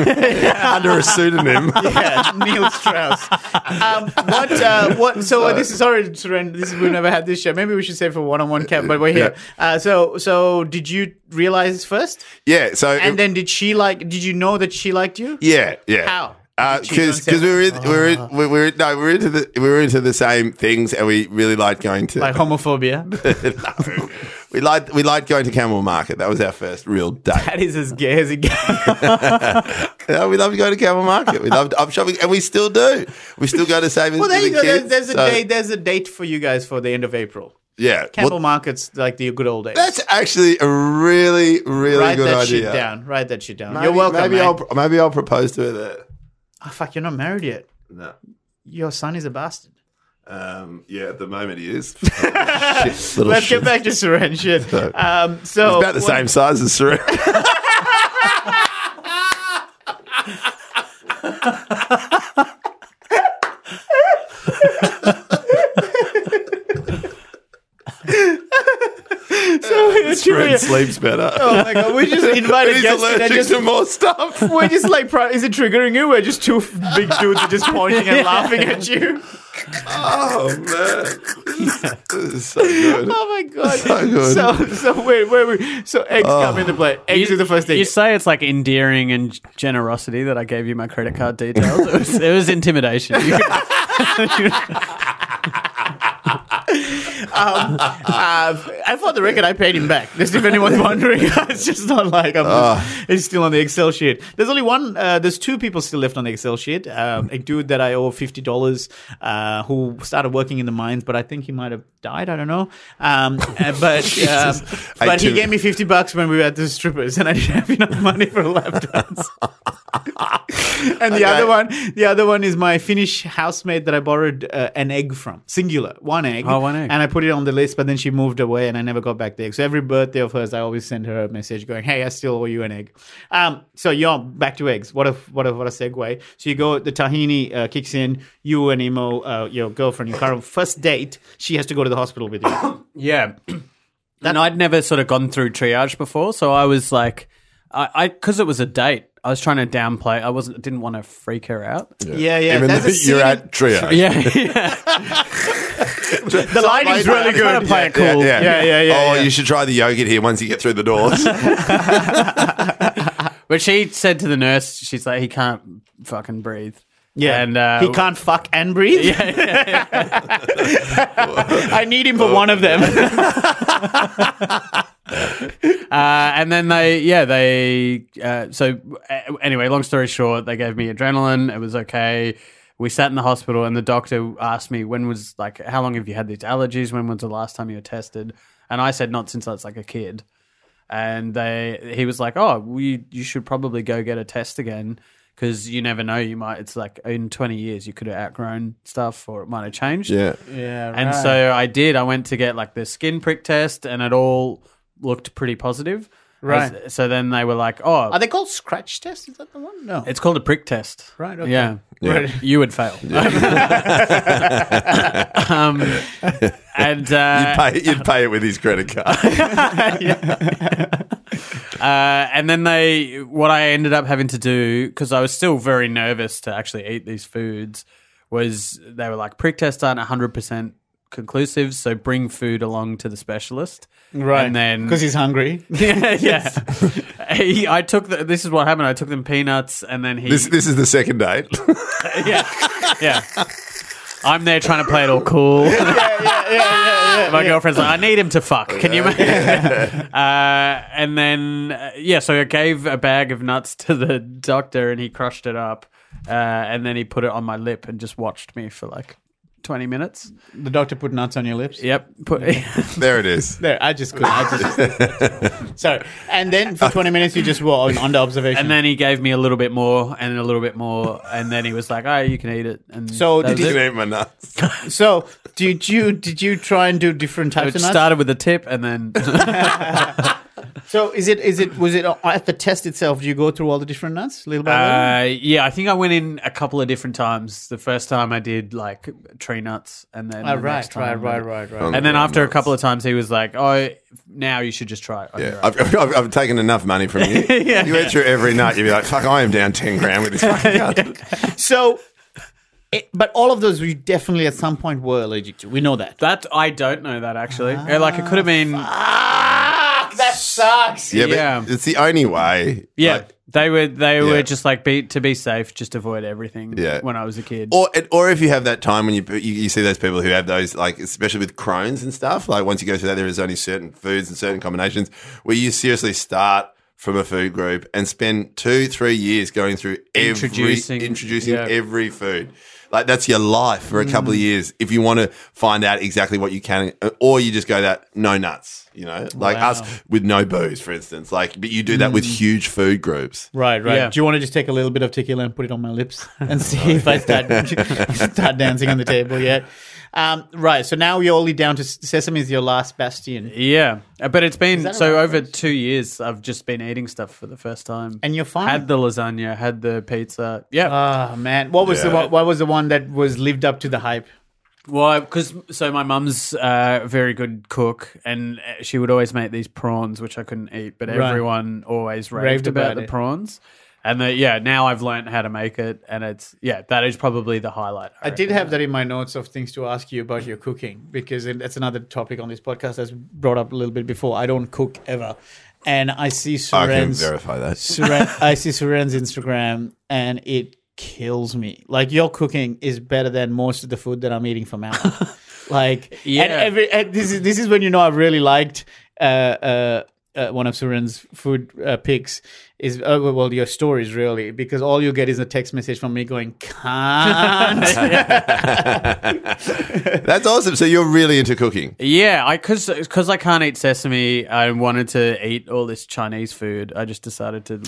Speaker 3: under a pseudonym.
Speaker 2: yeah, Neil Strauss. Um, what? Uh, what? So uh, this is sorry, Suren. This is, we've never had this show. Maybe we should say for one-on-one cap, but we're here. Uh, so, so did you realize first,
Speaker 3: Yeah, so
Speaker 2: and then did she like? Did you know that she liked you?
Speaker 3: Yeah, yeah.
Speaker 2: How? Did she
Speaker 3: Because
Speaker 2: go and
Speaker 3: we
Speaker 2: say-
Speaker 3: were in, we were in, we were
Speaker 2: Ah.
Speaker 3: in, no we were into the we were into the same things and we really liked going to
Speaker 2: Like homophobia.
Speaker 3: No. we liked we liked going to Camel Market that was our first real date
Speaker 2: That is as gay as it gets.
Speaker 3: Uh, we loved going to Camel Market we loved up shopping and we still do we still go to Savings
Speaker 2: Well, there you
Speaker 3: with the
Speaker 2: go. There's,
Speaker 3: kids,
Speaker 2: there's a
Speaker 3: so-
Speaker 2: day. There's a date for you guys for the end of April.
Speaker 3: yeah
Speaker 2: Campbell
Speaker 3: Well,
Speaker 2: markets like the good old days.
Speaker 3: that's actually a really really
Speaker 2: Write
Speaker 3: good
Speaker 2: that
Speaker 3: idea
Speaker 2: shit down. Write that shit down.
Speaker 3: Maybe-
Speaker 2: You're welcome.
Speaker 3: maybe
Speaker 2: man.
Speaker 3: I'll pr- maybe I'll propose to her there
Speaker 2: Oh, fuck, you're not married yet.
Speaker 3: no
Speaker 2: Your son is a bastard.
Speaker 3: um, yeah at the moment he is Shit, little
Speaker 2: Let's
Speaker 3: Oh, shit.
Speaker 2: get back to syringe shit.
Speaker 3: So-
Speaker 2: Um,
Speaker 3: It's
Speaker 2: so
Speaker 3: about the
Speaker 2: what-
Speaker 3: same size as Serena. Serena sleeps better.
Speaker 2: Oh my god, we just invited
Speaker 3: He's
Speaker 2: guests and
Speaker 3: allergic
Speaker 2: they're just
Speaker 3: to more stuff.
Speaker 2: we're just like, pro- is it triggering you? We're just two big dudes are just pointing and laughing at you.
Speaker 3: Oh man, this is so good.
Speaker 2: Oh my god!
Speaker 3: So good.
Speaker 2: so, so wait, where we? So eggs come into play. Eggs are the first thing.
Speaker 4: You say it's like endearing and generosity that I gave you my credit card details. It was, it was intimidation. You could-
Speaker 2: Um, Uh, and for the record, I paid him back. Just if anyone's wondering, it's just not like I'm.
Speaker 3: Ah.
Speaker 2: Just, it's still on the Excel sheet. There's only one. Uh, there's two people still left on the Excel sheet. Um, a dude that I owe fifty dollars, uh, who started working in the mines, but I think he might have died. I don't know. Um, uh, but um,
Speaker 3: I
Speaker 2: but he
Speaker 3: do-
Speaker 2: gave me fifty bucks when we were at the strippers, and I didn't have enough money for a lap dance. and
Speaker 3: Okay.
Speaker 2: the other one, the other one is my Finnish housemate that I borrowed uh, an egg from, singular, one egg.
Speaker 4: Oh, one egg.
Speaker 2: And I put it on the list, but then she moved away, and I never got back the egg. So every birthday of hers, I always send her a message going, "Hey, I still owe you an egg." Um, so you're back to eggs. What a what a what a segue. So you go, the tahini uh, kicks in. You and Emo, uh, your girlfriend, your current first date, she has to go to the hospital with you.
Speaker 4: yeah. and I'd never sort of gone through triage before, so I was like, I because it was a date. I was trying to downplay. I wasn't didn't want to freak her out.
Speaker 2: yeah, yeah.
Speaker 3: Even
Speaker 2: that's
Speaker 3: though
Speaker 2: a scene
Speaker 3: you're
Speaker 2: in-
Speaker 3: at trio.
Speaker 4: Yeah, yeah.
Speaker 2: the lighting's really
Speaker 4: Trying to
Speaker 2: good.
Speaker 4: play it cool.
Speaker 3: Yeah,
Speaker 2: Yeah, yeah, yeah,
Speaker 3: Oh,
Speaker 2: yeah.
Speaker 3: you should try the yogurt here once you get through the doors.
Speaker 4: But she said to the nurse, she's like, he can't fucking breathe.
Speaker 2: Yeah,
Speaker 4: and uh,
Speaker 2: he can't fuck and breathe. I need
Speaker 3: Oh.
Speaker 2: him for one of them.
Speaker 4: Uh, and then they, yeah, they. Uh, so uh, anyway, long story short, they gave me adrenaline. It was okay. We sat in the hospital, and the doctor asked me when was like, how long have you had these allergies? When was the last time you were tested? And I said not since I was like a kid. And they, he was like, oh, we, you should probably go get a test again because you never know. You might. It's like in twenty years you could have outgrown stuff, or it might have changed.
Speaker 3: yeah.
Speaker 2: yeah,
Speaker 4: And so I did. I went to get like the skin prick test, and it all looked pretty positive.
Speaker 2: Right.
Speaker 4: As- So then they were like, "Oh,
Speaker 2: Are they called scratch tests? Is that the one? No.
Speaker 4: it's called a prick test."
Speaker 2: Right, okay.
Speaker 4: Yeah.
Speaker 3: Yeah.
Speaker 4: You would fail. um, and uh,
Speaker 3: You'd pay, you'd pay it with his credit card.
Speaker 4: Uh, and then they, what I ended up having to do, because I was still very nervous to actually eat these foods, was they were like prick tests aren't 100% conclusive, so bring food along to the specialist.
Speaker 2: Right.
Speaker 4: And then.
Speaker 2: Because he's hungry.
Speaker 4: yeah, yeah. he, I took the, this is what happened. I took them peanuts, and then he,
Speaker 3: This, this is the second date.
Speaker 4: yeah, yeah. I'm there trying to play it all cool. yeah, yeah, yeah, My girlfriend's like, I need him to fuck. Can you? Make- uh, and then uh, yeah, so I gave a bag of nuts to the doctor, and he crushed it up, uh, and then he put it on my lip and just watched me for like twenty minutes.
Speaker 2: The doctor put nuts on your lips.
Speaker 4: Yep. Put-
Speaker 3: there it is.
Speaker 2: There, I just couldn't. I just sorry. And then for twenty minutes, you just were on, under observation.
Speaker 4: And then he gave me a little bit more, and a little bit more, and then he was like, "Oh, you can eat it." And
Speaker 2: So
Speaker 4: that
Speaker 2: did
Speaker 4: was
Speaker 3: You can
Speaker 4: it.
Speaker 3: eat my nuts.
Speaker 2: so did you? Did you try and do different types
Speaker 4: It
Speaker 2: of nuts?
Speaker 4: started with a tip, and then
Speaker 2: so is it? Is it? Was it at the test itself? Do you go through all the different nuts, little by little?
Speaker 4: Uh, yeah, I think I went in a couple of different times. The first time I did like tree nuts, and then
Speaker 2: Oh,
Speaker 4: the
Speaker 2: right,
Speaker 4: next time I
Speaker 2: right,
Speaker 4: did-
Speaker 2: right, right, right.
Speaker 4: And then after a couple of times, he was like, "Oh, now you should just try it." Okay,
Speaker 3: Yeah,
Speaker 4: right.
Speaker 3: I've, I've, I've, I've taken enough money from you. you went through every night. You'd be like, "Fuck, I am down ten grand with this fucking cunt."
Speaker 2: So, it, but all of those you definitely at some point were allergic to. We know that.
Speaker 4: That I don't know that actually. Yeah, like it could have been.
Speaker 2: Ah, that sucks.
Speaker 3: Yeah, but
Speaker 4: Yeah.
Speaker 3: it's the only way.
Speaker 4: Yeah,
Speaker 3: Like,
Speaker 4: they were. They
Speaker 3: Yeah.
Speaker 4: were just like be to be safe, just avoid everything.
Speaker 3: Yeah.
Speaker 4: when I was a kid.
Speaker 3: or and- or if you have that time when you, you you see those people who have those like especially with Crohn's and stuff like once you go through that there is only certain foods and certain combinations where you seriously start from a food group and spend two three years going through every
Speaker 4: Introducing-
Speaker 3: introducing,
Speaker 4: yeah.
Speaker 3: every food like that's your life for a couple of years if you want to find out exactly what you can or you just go that no nuts you know like us with no booze for instance like but you do that with huge food groups
Speaker 2: Right, right.
Speaker 4: Yeah.
Speaker 2: Do you want to just take a little bit of tequila and put it on my lips and see if I start start dancing on the table yet? Um, right. So now you're only down to s- sesame is your last bastion,
Speaker 4: yeah, Uh, but it's been
Speaker 2: that a
Speaker 4: so over
Speaker 2: reference?
Speaker 4: two years. I've just been eating stuff for the first time.
Speaker 2: and you're fine.
Speaker 4: had the lasagna, had the pizza. Yeah,
Speaker 2: Ah man, what was the
Speaker 3: Yeah.
Speaker 2: what, what was the one that was lived up to the hype?
Speaker 4: Well, because so my mum's uh, a very good cook, and uh, she would always make these prawns, which I couldn't eat, but
Speaker 2: Right.
Speaker 4: everyone always raved,
Speaker 2: Raved
Speaker 4: about,
Speaker 2: about
Speaker 4: the
Speaker 2: it.
Speaker 4: prawns. And the, yeah, now I've learned how to make it, and it's yeah, that is probably the highlight.
Speaker 2: I did have that in my notes of things to ask you about your cooking because it- that's another topic on this podcast that's brought up a little bit before. I don't cook ever, and I see
Speaker 3: I can
Speaker 2: Suren's
Speaker 3: verify that
Speaker 2: Suren, I see Suren's Instagram and it kills me. Like your cooking is better than most of the food that I'm eating from out. like
Speaker 4: Yeah.
Speaker 2: and every and this is this is when you know I've really liked uh uh, uh one of Suren's food uh, picks is uh, well your stories really because all you get is a text message from me going can't
Speaker 3: that's awesome so you're really into cooking
Speaker 4: Yeah, I because because I can't eat sesame. I wanted to eat all this Chinese food. I just decided to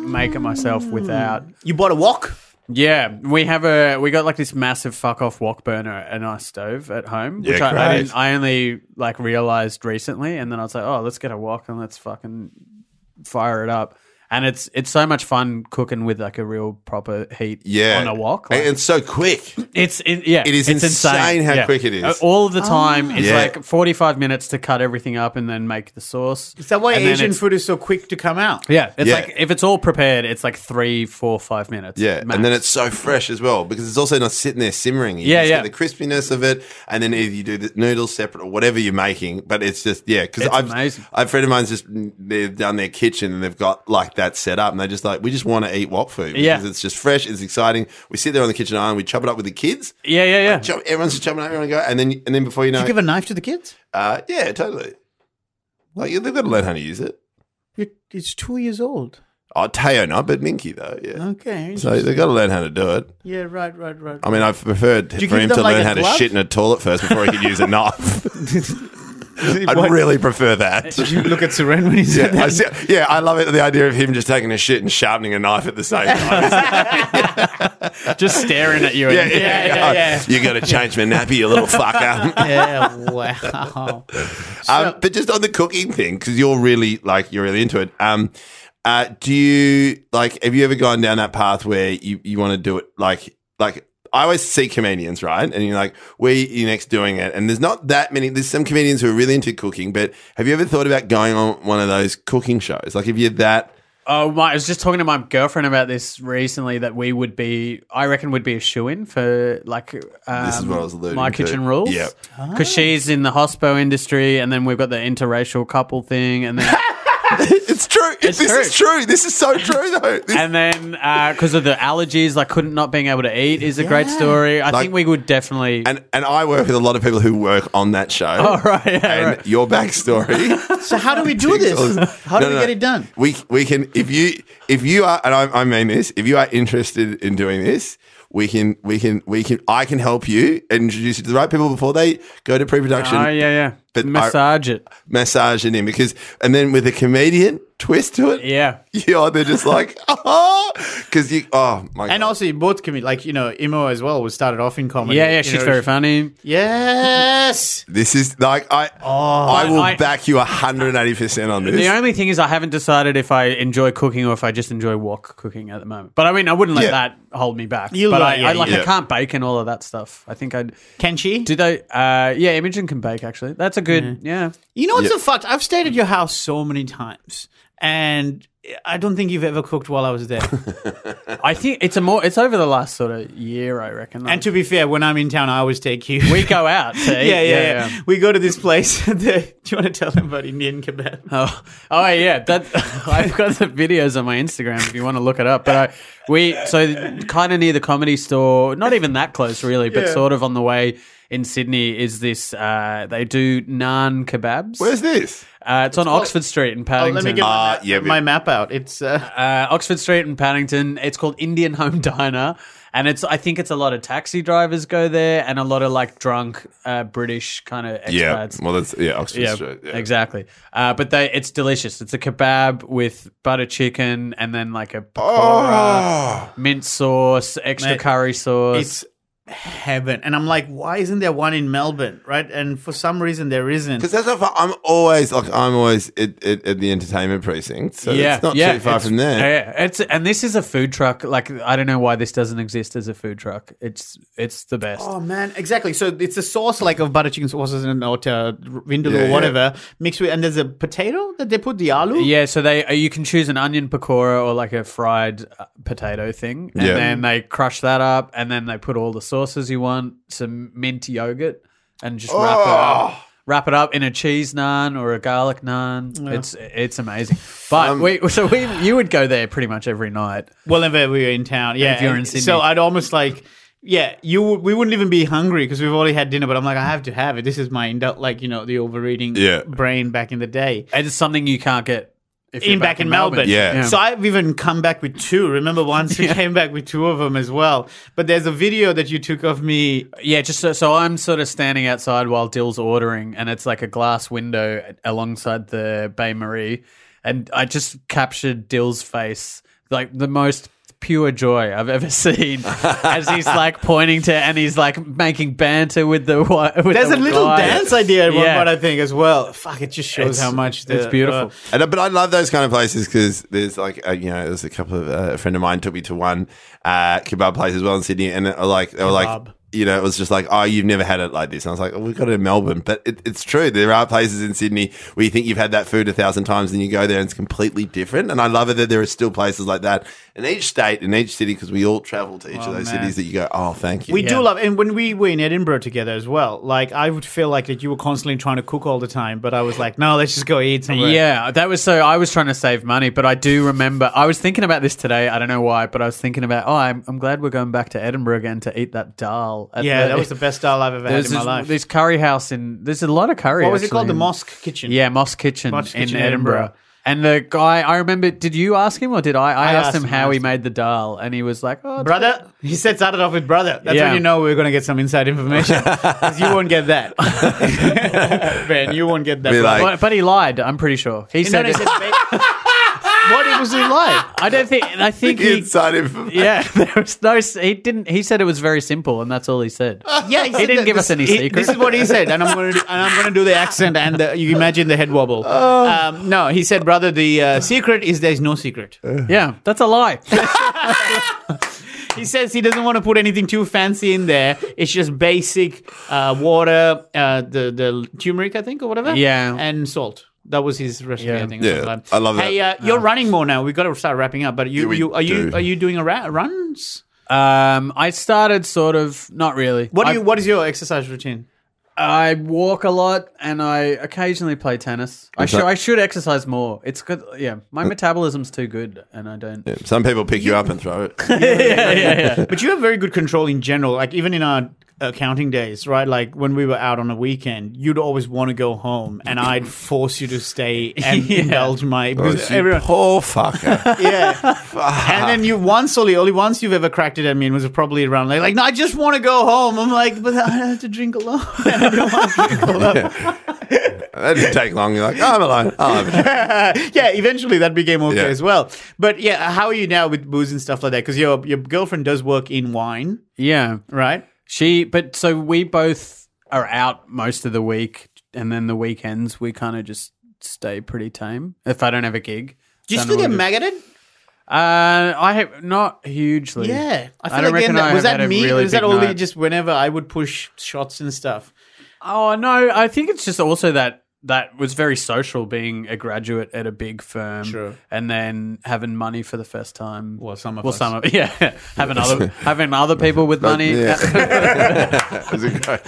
Speaker 4: make it myself without
Speaker 2: you bought a wok
Speaker 4: Yeah, we have a we got like this massive fuck off wok burner and our stove at home, which
Speaker 3: Yeah,
Speaker 4: I, I,
Speaker 3: great.
Speaker 4: didn't, I only like realized recently, and then I was like, oh, let's get a wok and let's fucking fire it up. And it's it's so much fun cooking with like a real proper heat
Speaker 3: yeah
Speaker 4: on a wok.
Speaker 3: And-
Speaker 4: Like,
Speaker 3: and so quick
Speaker 4: it's it, yeah,
Speaker 3: It is
Speaker 4: it's
Speaker 3: insane how quick it is. Ah.
Speaker 4: Uh, All of the time, it's
Speaker 3: Yeah.
Speaker 4: like forty five minutes to cut everything up and then make the sauce.
Speaker 2: is that why
Speaker 4: And then
Speaker 2: Asian
Speaker 4: it's-
Speaker 2: food is so quick to come out
Speaker 4: Yeah, it's
Speaker 3: Yeah.
Speaker 4: like if it's all prepared, it's like three, four, five minutes.
Speaker 3: Yeah,
Speaker 4: max.
Speaker 3: and then it's so fresh as well because it's also not sitting there simmering. You
Speaker 4: Yeah,
Speaker 3: just
Speaker 4: yeah.
Speaker 3: Get the crispiness of it, and then either you do the noodles separate or whatever you're making, but it's just yeah. Because
Speaker 4: It's
Speaker 3: I've
Speaker 4: amazing.
Speaker 3: I've friend of mine's just they've done their kitchen and they've got like that set up, and they're just like, we just want to eat wok food.
Speaker 4: Yeah.
Speaker 3: because it's just fresh, it's exciting. We sit there on the kitchen island, we chop it up with the kids.
Speaker 4: yeah, yeah, yeah.
Speaker 3: Chop, everyone's just chopping up, everyone go, and then and then before you know,
Speaker 2: Did you give a knife to the kids
Speaker 3: uh, yeah, totally. Like they've got to learn how to use it.
Speaker 2: you it's two years old
Speaker 3: Oh, Teo not, but Minky though, yeah.
Speaker 2: okay
Speaker 3: So they've got to lean how to do it.
Speaker 2: yeah right right right
Speaker 3: I mean, I preferred
Speaker 2: you
Speaker 3: for
Speaker 2: give
Speaker 3: him
Speaker 2: them,
Speaker 3: to
Speaker 2: like,
Speaker 3: learn
Speaker 2: a
Speaker 3: how
Speaker 2: glove?
Speaker 3: to shit in a toilet first before he could use a knife. I'd really prefer that.
Speaker 2: Did you look at Suren when he
Speaker 3: Yeah
Speaker 2: said
Speaker 3: I,
Speaker 2: that?
Speaker 3: see, yeah, I love it. The idea of him just taking a shit and sharpening a knife at the same time.
Speaker 4: Just staring at you.
Speaker 3: Yeah, yeah,
Speaker 4: and,
Speaker 3: yeah, You got to change my nappy, you little fucker.
Speaker 2: yeah, wow.
Speaker 3: um, but just on the cooking thing, because you're really like you're really into it. Um, uh, do you like? Have you ever gone down that path where you you want to do it like like I always see comedians, right? And you're like, where are you next doing it? And there's not that many. There's some comedians who are really into cooking, but have you ever thought about going on one of those cooking shows? Like, if you're that,
Speaker 4: Oh my! I was just talking to my girlfriend about this recently. That we would be, I reckon, would be a shoe in for like. Um,
Speaker 3: is what I was alluding
Speaker 4: My
Speaker 3: to.
Speaker 4: kitchen rules.
Speaker 3: Yep.
Speaker 4: Because she's in the hospo industry, and then we've got the interracial couple thing, and then
Speaker 3: it's true.
Speaker 4: It's
Speaker 3: this
Speaker 4: true.
Speaker 3: is true. This is so true, though. This,
Speaker 4: and then because of the allergies, like couldn't not being able to eat is a great story. I
Speaker 3: Like-
Speaker 4: think we would definitely.
Speaker 3: and and I work with a lot of people who work on that show.
Speaker 4: oh right, yeah,
Speaker 3: and
Speaker 4: right.
Speaker 3: your backstory.
Speaker 2: So how do we do this? How do we get it done?
Speaker 3: We we can if you if you are and I, I mean this if you are interested in doing this we can we can we can I can help you introduce you to the right people before they go to pre-production
Speaker 4: Oh yeah, yeah.
Speaker 3: But I-
Speaker 4: Massage it.
Speaker 3: massage it in because and then with a comedian twist to it
Speaker 4: Yeah.
Speaker 3: yeah they're just like oh because you oh my
Speaker 2: And
Speaker 3: God.
Speaker 2: also, you both comedians, like you know, Imo as well, was started off in comedy.
Speaker 4: Yeah, yeah,
Speaker 2: you
Speaker 4: she's
Speaker 2: know,
Speaker 4: very funny.
Speaker 2: Yes.
Speaker 3: this is like I
Speaker 2: Oh.
Speaker 3: I will
Speaker 4: I-
Speaker 3: back you hundred and eighty percent on this
Speaker 4: The only thing is, I haven't decided if I enjoy cooking or if I just enjoy wok cooking at the moment. But I mean, I wouldn't let
Speaker 3: Yeah.
Speaker 4: that hold me back.
Speaker 2: You'll
Speaker 4: but
Speaker 2: learn,
Speaker 4: I,
Speaker 2: yeah,
Speaker 4: I like,
Speaker 3: yeah.
Speaker 4: I can't bake and all of that stuff. I think I'd.
Speaker 2: Can she?
Speaker 4: Do they? Uh, yeah, Imogen can bake actually. That's a good. Yeah.
Speaker 2: you know what's so fucked? I've stayed at your house so many times, and I don't think you've ever cooked while I was there.
Speaker 4: I think it's a more. It's over the last sort of year, I reckon.
Speaker 2: and to be fair, when I'm in town, I always take you.
Speaker 4: we go out. To eat.
Speaker 2: yeah, yeah, yeah, We go to this place. the, do you want to tell them about Indian kebab?
Speaker 4: Oh, oh yeah. That I've got the videos on my Instagram if you want to look it up. But I, we so kind of near the comedy store, not even that close really, but
Speaker 2: Yeah.
Speaker 4: sort of on the way in Sydney is this. Uh, they do naan kebabs.
Speaker 3: where's this
Speaker 4: uh, it's on Oxford Street in
Speaker 2: Oh,
Speaker 4: Paddington.
Speaker 2: let me get my,
Speaker 3: Uh,
Speaker 2: map,
Speaker 3: yeah, but-
Speaker 2: my map out. It's uh,
Speaker 4: uh, Oxford Street in Paddington. It's called Indian Home Diner, and it's I think it's a lot of taxi drivers go there, and a lot of like drunk uh, British kind of
Speaker 3: yeah
Speaker 4: expats.
Speaker 3: well that's yeah Oxford
Speaker 4: Yeah,
Speaker 3: Street yeah.
Speaker 4: exactly. Uh, but they, it's delicious. It's a kebab with butter chicken and then like a pakora,
Speaker 3: oh
Speaker 4: mint sauce, extra
Speaker 2: Mate,
Speaker 4: curry sauce.
Speaker 2: it's heaven. And I'm like, why isn't there one in Melbourne, right? And for some reason, there isn't.
Speaker 3: Because that's not far. I'm always like I'm always at, at, at the entertainment precinct, so
Speaker 4: yeah,
Speaker 3: it's not
Speaker 4: yeah,
Speaker 3: too far
Speaker 4: it's-
Speaker 3: from there.
Speaker 4: Yeah, it's and this is a food truck. Like I don't know why this doesn't exist as a food truck. It's it's the best.
Speaker 2: Oh man, exactly. So it's a sauce like of butter chicken sauces and or uh, vindaloo
Speaker 3: Yeah,
Speaker 2: or
Speaker 3: yeah.
Speaker 2: whatever mixed with, and there's a potato that they put the aloo.
Speaker 4: Yeah, so they uh, you can choose an onion pakora or like a fried uh, potato thing, and
Speaker 3: Yeah.
Speaker 4: then they crush that up, and then they put all the sauces you want, some mint yogurt, and just wrap it
Speaker 3: Oh!
Speaker 4: up. Wrap it up in a cheese naan or a garlic naan. It's it's amazing. But
Speaker 3: Um,
Speaker 4: we so we you would go there pretty much every night.
Speaker 2: Well, whenever we were in town, yeah.
Speaker 4: if you're in
Speaker 2: and
Speaker 4: Sydney.
Speaker 2: so I'd almost like, yeah, you would- we wouldn't even be hungry because we've already had dinner. But I'm like, I have to have it. This is my indul- like you know the overeating
Speaker 3: Yeah.
Speaker 2: brain back in the day.
Speaker 4: And It's something you can't get if you're
Speaker 2: in back, in Melbourne.
Speaker 3: Yeah.
Speaker 2: So I've even come back with two. Remember once we came back with two of them as well. But there's a video that you took of me.
Speaker 4: Yeah, just so, so I'm sort of standing outside while Dill's ordering, and it's like a glass window alongside the Bay Marie, and I just captured Dill's face, like the most pure joy I've ever seen, as he's like pointing to and he's like making banter with the wi- with
Speaker 2: There's a
Speaker 4: the
Speaker 2: little
Speaker 4: guy.
Speaker 2: dance idea at one
Speaker 4: Oh, Yeah.
Speaker 2: point, I think, as well. Fuck, it just shows
Speaker 4: It's-
Speaker 2: how much the,
Speaker 4: it's beautiful.
Speaker 2: uh,
Speaker 3: And, but I love those kind of places because there's like uh, you know there's a couple of uh, a friend of mine took me to one uh, kebab place as well in Sydney, and it, like they were like
Speaker 2: Kebab.
Speaker 3: you know it was just like oh you've never had it like this, and I was like oh we've got it in Melbourne, but it, it's true there are places in Sydney where you think you've had that food a thousand times, and you go there and it's completely different. And I love it that there are still places like that in each state in each city because we all travel to each of those
Speaker 2: man.
Speaker 3: cities that you go oh thank you
Speaker 2: We
Speaker 4: Yeah.
Speaker 2: do love, and when we were in Edinburgh together as well, like I would feel like that you were constantly trying to cook all the time, but I was like, no, let's just go eat somewhere.
Speaker 4: Yeah, that was so. I was trying to save money, but I do remember. I was thinking about this today. I don't know why, but I was thinking about. Oh, I'm, I'm glad we're going back to Edinburgh again to eat that dal. at
Speaker 2: yeah, that was the best style I've ever had
Speaker 4: There's
Speaker 2: in my
Speaker 4: this,
Speaker 2: life.
Speaker 4: this curry house in. There's a lot of curry.
Speaker 2: what was it
Speaker 4: actually
Speaker 2: called? The
Speaker 4: in-
Speaker 2: Mosque Kitchen.
Speaker 4: Yeah, Moss Kitchen
Speaker 2: Moss
Speaker 4: in
Speaker 2: Kitchen,
Speaker 4: Edinburgh.
Speaker 2: Edinburgh.
Speaker 4: And the guy, I remember. Did you ask him or did I? I,
Speaker 2: I
Speaker 4: asked,
Speaker 2: asked
Speaker 4: him
Speaker 2: him,
Speaker 4: how
Speaker 2: I
Speaker 4: he
Speaker 2: asked
Speaker 4: made the dal, and he was like, "Oh, it's
Speaker 2: Brother, he said started off with brother. That's
Speaker 4: Yeah.
Speaker 2: when you know we're going to get some inside information. 'Cause you won't get that. ben, you won't get that.
Speaker 3: Be
Speaker 2: brother.
Speaker 3: like-
Speaker 4: But, but he lied. I'm pretty sure he
Speaker 2: And then
Speaker 4: said.
Speaker 2: I said,
Speaker 4: It.
Speaker 2: "Ben," what it was he like?
Speaker 4: I don't think. I think he.
Speaker 3: inside information.
Speaker 4: Yeah, there was no. s- He didn't. He said it was very simple, and that's all he said.
Speaker 2: Yeah, he, said
Speaker 4: didn't
Speaker 2: that
Speaker 4: give
Speaker 2: this-
Speaker 4: us any
Speaker 2: he-
Speaker 4: secret.
Speaker 2: This is what he said, and I'm going to and I'm going to do the accent and the, you imagine the head wobble.
Speaker 4: Oh.
Speaker 2: Um, no, he said,
Speaker 4: Uh.
Speaker 2: brother, the uh, secret is there is no secret.
Speaker 4: Yeah, that's a lie.
Speaker 2: He says he doesn't want to put anything too fancy in there. It's just basic uh, water, uh, the the turmeric, I think, or whatever.
Speaker 4: Yeah.
Speaker 2: and salt. That was his recipe,
Speaker 4: Yeah.
Speaker 2: I think.
Speaker 3: Yeah, I love
Speaker 2: Hey, uh,
Speaker 3: that.
Speaker 2: you're running more now. We've got to start wrapping up. But
Speaker 3: Yeah,
Speaker 2: you,
Speaker 3: we
Speaker 2: you are you
Speaker 3: do.
Speaker 2: are you doing a ra- runs?
Speaker 4: Um, I started sort of not really.
Speaker 2: What do
Speaker 4: I,
Speaker 2: you? What is your exercise routine?
Speaker 4: I walk a lot, and I occasionally play tennis. I should
Speaker 3: that-
Speaker 4: I should exercise more. It's good. Yeah, my metabolism's too good, and I don't.
Speaker 3: Some people pick you up and throw it.
Speaker 2: But you have very good control in general. Like even in our accounting days, right? Like when we were out on a weekend, you'd always want to go home, and I'd force you to stay and indulge my because
Speaker 3: You
Speaker 2: everyone.
Speaker 3: Poor fucker.
Speaker 2: Yeah. And then you once only, only once you've ever cracked it at me and was probably around like, like no, I just want to go home. I'm like, but I have to drink alone. I don't want to drink alone.
Speaker 3: that didn't take long. You're like, oh, I'm alone. I'll have it.
Speaker 2: yeah, eventually that became okay
Speaker 3: Yeah.
Speaker 2: as well. But yeah, how are you now with booze and stuff like that? Because your your girlfriend does work in wine,
Speaker 4: Yeah,
Speaker 2: right?
Speaker 4: she. But so we both are out most of the week, and then the weekends we kind of just stay pretty tame. If I don't have a gig,
Speaker 2: Do you
Speaker 4: then
Speaker 2: still
Speaker 4: we'll
Speaker 2: get
Speaker 4: just-
Speaker 2: maggoted?
Speaker 4: Uh, I have not hugely.
Speaker 2: Yeah, I
Speaker 4: don't
Speaker 2: feel like again,
Speaker 4: reckon I
Speaker 2: that, was
Speaker 4: have
Speaker 2: that
Speaker 4: had a
Speaker 2: me?
Speaker 4: really
Speaker 2: was that
Speaker 4: big
Speaker 2: only
Speaker 4: night.
Speaker 2: just whenever I would push shots and stuff?
Speaker 4: Oh no, I think it's just also that that was very social being a graduate at a big firm
Speaker 2: Sure.
Speaker 4: and then having money for the first time.
Speaker 2: Well, some of
Speaker 4: well,
Speaker 2: us.
Speaker 4: some of yeah, having other having other people with money.
Speaker 3: Is it great?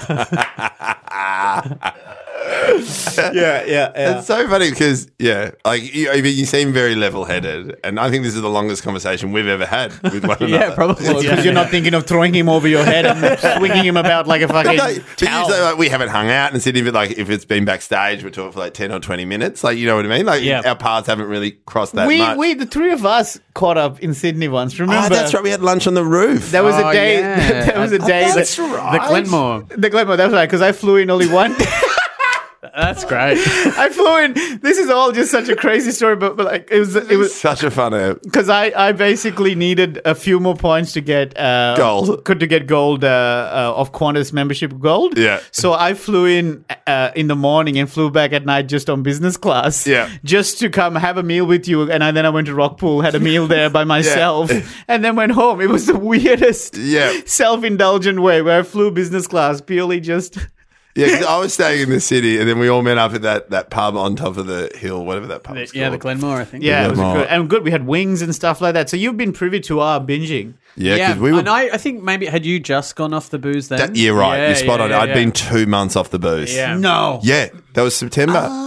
Speaker 2: yeah, yeah, yeah.
Speaker 3: It's so funny because yeah, like you, I mean, you seem very level-headed, and I think this is the longest conversation we've ever had with one another.
Speaker 4: yeah, probably.
Speaker 2: Because you're not thinking of throwing him over your head and swinging him about like a fucking
Speaker 3: No, but you
Speaker 2: towel.
Speaker 3: say like we haven't hung out and said even like if it's been backstage, we're talking for like ten or twenty minutes. Like you know what I mean? Like
Speaker 4: Yeah.
Speaker 3: our paths haven't really crossed that
Speaker 2: we,
Speaker 3: much.
Speaker 2: we, the three of us caught up in Sydney once. Remember?
Speaker 3: oh, that's right. We had lunch on the roof.
Speaker 2: That was a
Speaker 4: Oh,
Speaker 2: day.
Speaker 4: yeah.
Speaker 2: That was a day.
Speaker 3: That's
Speaker 2: that,
Speaker 3: right.
Speaker 4: the Glenmore.
Speaker 2: The Glenmore. That's right. Because I flew in only one.
Speaker 4: That's great.
Speaker 2: I flew in. This is all just such a crazy story, but, but like it was. It
Speaker 3: It was
Speaker 2: was
Speaker 3: such a fun app.
Speaker 2: because I, I basically needed a few more points to get uh,
Speaker 3: Gold.
Speaker 2: Could to get gold uh, uh, of Qantas membership gold.
Speaker 3: Yeah.
Speaker 2: So I flew in uh, in the morning and flew back at night just on business class.
Speaker 3: Yeah.
Speaker 2: Just to come have a meal with you, and I, then I went to Rockpool, had a meal there by myself, and then went home. It was the weirdest,
Speaker 3: Yeah.
Speaker 2: self-indulgent way where I flew business class purely just.
Speaker 3: Yeah, 'cause I was staying in the city, and then we all met up at that, that pub on top of the hill, whatever that pub.
Speaker 4: The-
Speaker 3: is
Speaker 4: yeah, the
Speaker 3: called.
Speaker 4: Glenmore. I think.
Speaker 2: Yeah, it was
Speaker 3: Vermont.
Speaker 2: good. And good, we had wings and stuff like that. So you've been privy to our binging.
Speaker 3: Yeah,
Speaker 4: yeah.
Speaker 3: because we were.
Speaker 4: and I, I think maybe had you just gone off the booze then?
Speaker 3: that, yeah, right.
Speaker 4: Yeah,
Speaker 3: you're spot
Speaker 4: yeah,
Speaker 3: on.
Speaker 4: yeah,
Speaker 3: I'd
Speaker 4: yeah.
Speaker 3: been two months off the booze.
Speaker 4: Yeah. Ah.
Speaker 2: No.
Speaker 3: Yeah, that was September.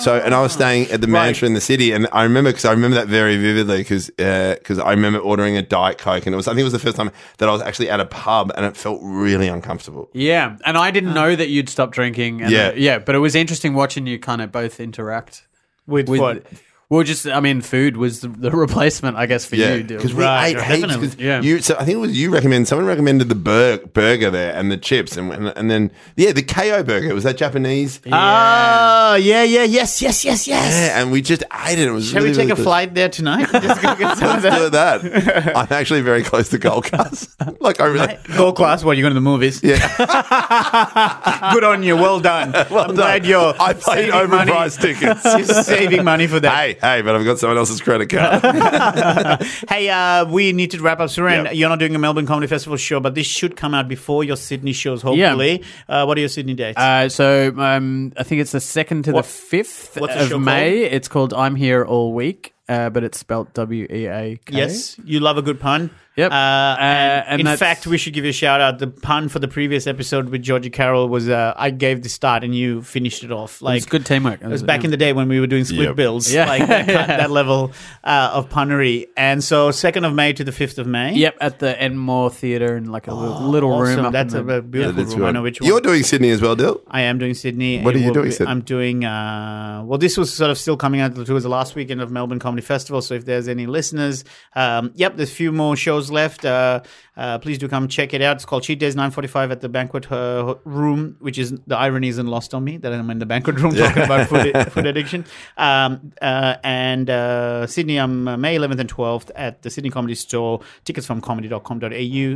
Speaker 3: So, and I was staying at the mansion in the city, and I remember because I remember that very vividly because because I remember ordering a diet coke, and it was I think it was the first time that I was actually at a pub, and it felt really uncomfortable.
Speaker 4: Yeah, and I didn't know that you'd stopped drinking. And
Speaker 3: Yeah.
Speaker 4: uh, yeah, but it was interesting watching you kind of both interact.
Speaker 2: With,
Speaker 4: with
Speaker 2: what?
Speaker 4: well just i mean food was the, the replacement i guess for
Speaker 3: Yeah,
Speaker 4: you Dil.
Speaker 3: because we
Speaker 2: Right,
Speaker 3: ate heaps.
Speaker 2: definitely.
Speaker 3: 'cause
Speaker 4: Yeah.
Speaker 3: you, so I think it was you recommend someone recommended the bur- burger there and the chips, and, and and then yeah, the KO burger was that Japanese. Yeah,
Speaker 2: Ah, yeah, yeah, yes, yes, yes, yes.
Speaker 3: and we just ate it. It was.
Speaker 2: Shall
Speaker 3: really,
Speaker 2: we take
Speaker 3: really
Speaker 2: a
Speaker 3: good.
Speaker 2: flight there tonight? Just go get some of
Speaker 3: Let's
Speaker 2: that.
Speaker 3: do that. I'm actually very close to Gold Coast. like I really.
Speaker 2: Gold class, what, you going to the movies? Yeah. Good on you. Well done. I'm glad you're
Speaker 3: I paid
Speaker 2: saving money.
Speaker 3: overpriced tickets.
Speaker 2: You're saving money for that.
Speaker 3: hey, hey, but I've got someone else's credit card.
Speaker 2: Hey, uh, we need to wrap up. Suren,
Speaker 3: Yeah.
Speaker 2: you're not doing a Melbourne Comedy Festival show, but this should come out before your Sydney shows, hopefully. Uh, what are your Sydney dates?
Speaker 4: uh, so um, i think it's the second to
Speaker 2: What-
Speaker 4: the fifth
Speaker 2: what's the
Speaker 4: of
Speaker 2: show
Speaker 4: may it's called i'm here all week uh, but it's E spelt w-e-a
Speaker 2: Yes, you love a good pun.
Speaker 4: Yep.
Speaker 2: Uh, and
Speaker 4: Uh, and
Speaker 2: in
Speaker 4: that's-
Speaker 2: fact, we should give you a shout out. The pun for the previous episode with Georgie Carroll was uh, I gave the start and you finished it off. Like
Speaker 4: it's good teamwork
Speaker 2: It was back in the day when we were doing split
Speaker 3: Yep.
Speaker 2: bills,
Speaker 4: Yeah.
Speaker 2: like that, kind- that level uh, of punnery. And so, second of May to the fifth of May.
Speaker 4: yep at the enmore theater in like a little, little
Speaker 2: Oh, Awesome.
Speaker 4: room up
Speaker 2: That's
Speaker 4: in the-
Speaker 2: a, beautiful room. I know which one.
Speaker 3: You're doing Sydney as well, Dil.
Speaker 2: I am doing Sydney.
Speaker 3: What
Speaker 2: It
Speaker 3: are you
Speaker 2: will
Speaker 3: doing,
Speaker 2: be-
Speaker 3: Sydney?
Speaker 2: I'm doing. Uh, well, this was sort of still coming out. It was the last weekend of Melbourne Comedy Festival. So if there's any listeners, um, yep, there's a few more shows left. Uh, uh, Uh, please do come check it out. It's called Cheat Days 945 at the banquet uh, room, which is the irony isn't lost on me that I'm in the banquet room talking about food, food addiction. Um, uh, and uh, Sydney, I'm uh, May 11th and 12th at the Sydney Comedy Store. Tickets from comedy.com.au.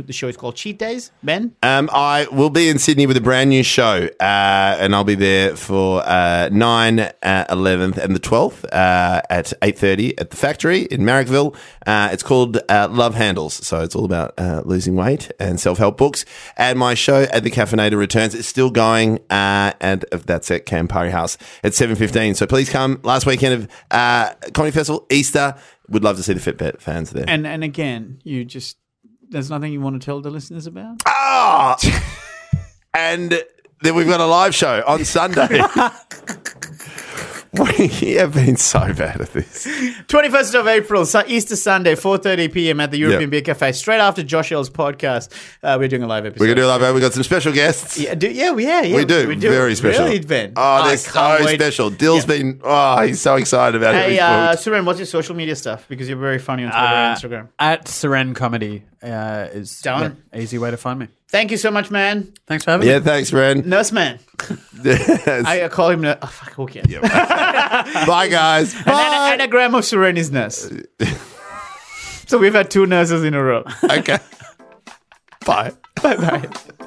Speaker 2: The show is called Cheat Days. Ben?
Speaker 3: Um, I will be in Sydney with a brand new show, uh, and I'll be there for uh, 9, uh, 11th, and the 12th uh, at 8.30 at the factory in Marrickville. Uh, it's called uh, Love Handles, so it's all about uh, losing weight and self-help books. And my show at the Caffeinator Returns is still going, uh, and that's at Campari House at 7.15. So please come. Last weekend of uh, Comedy Festival, Easter. Would love to see the Fitbit fans there.
Speaker 2: And, and again, you just, there's nothing you want to tell the listeners about?
Speaker 3: Ah! and then we've got a live show on Sunday. we have been so bad at this.
Speaker 2: 21st of April, Su- Easter Sunday, 4.30 p.m. at the European
Speaker 3: Yeah.
Speaker 2: Beer Cafe. Straight after Josh L's podcast, uh, we're doing a live episode.
Speaker 3: We're going to do a live show. We've got some special guests.
Speaker 2: Yeah, do, yeah, we- yeah, yeah.
Speaker 3: We do. Very special.
Speaker 2: Really, Ben?
Speaker 3: Oh,
Speaker 2: I
Speaker 3: they're
Speaker 2: can't
Speaker 3: so
Speaker 2: wait.
Speaker 3: special. Dill's been, oh, he's so excited about it.
Speaker 2: Hey,
Speaker 3: He's
Speaker 2: uh,
Speaker 3: booked.
Speaker 2: Suren, what's your social media stuff? Because you're very funny on Twitter and Instagram.
Speaker 4: uh, At Seren Comedy uh, is
Speaker 2: Done.
Speaker 4: yeah, easy way to find me.
Speaker 2: Thank you so much, man.
Speaker 4: Thanks for having me.
Speaker 3: yeah, thanks, Ren.
Speaker 2: Nurse man. I uh, call him. Nur- oh, fuck, okay.
Speaker 3: Bye, guys.
Speaker 2: An-
Speaker 3: Bye.
Speaker 2: anagram of Suren is nurse.
Speaker 3: Uh,
Speaker 2: so we've had two nurses in a row.
Speaker 3: Okay. Bye.
Speaker 2: Bye bye.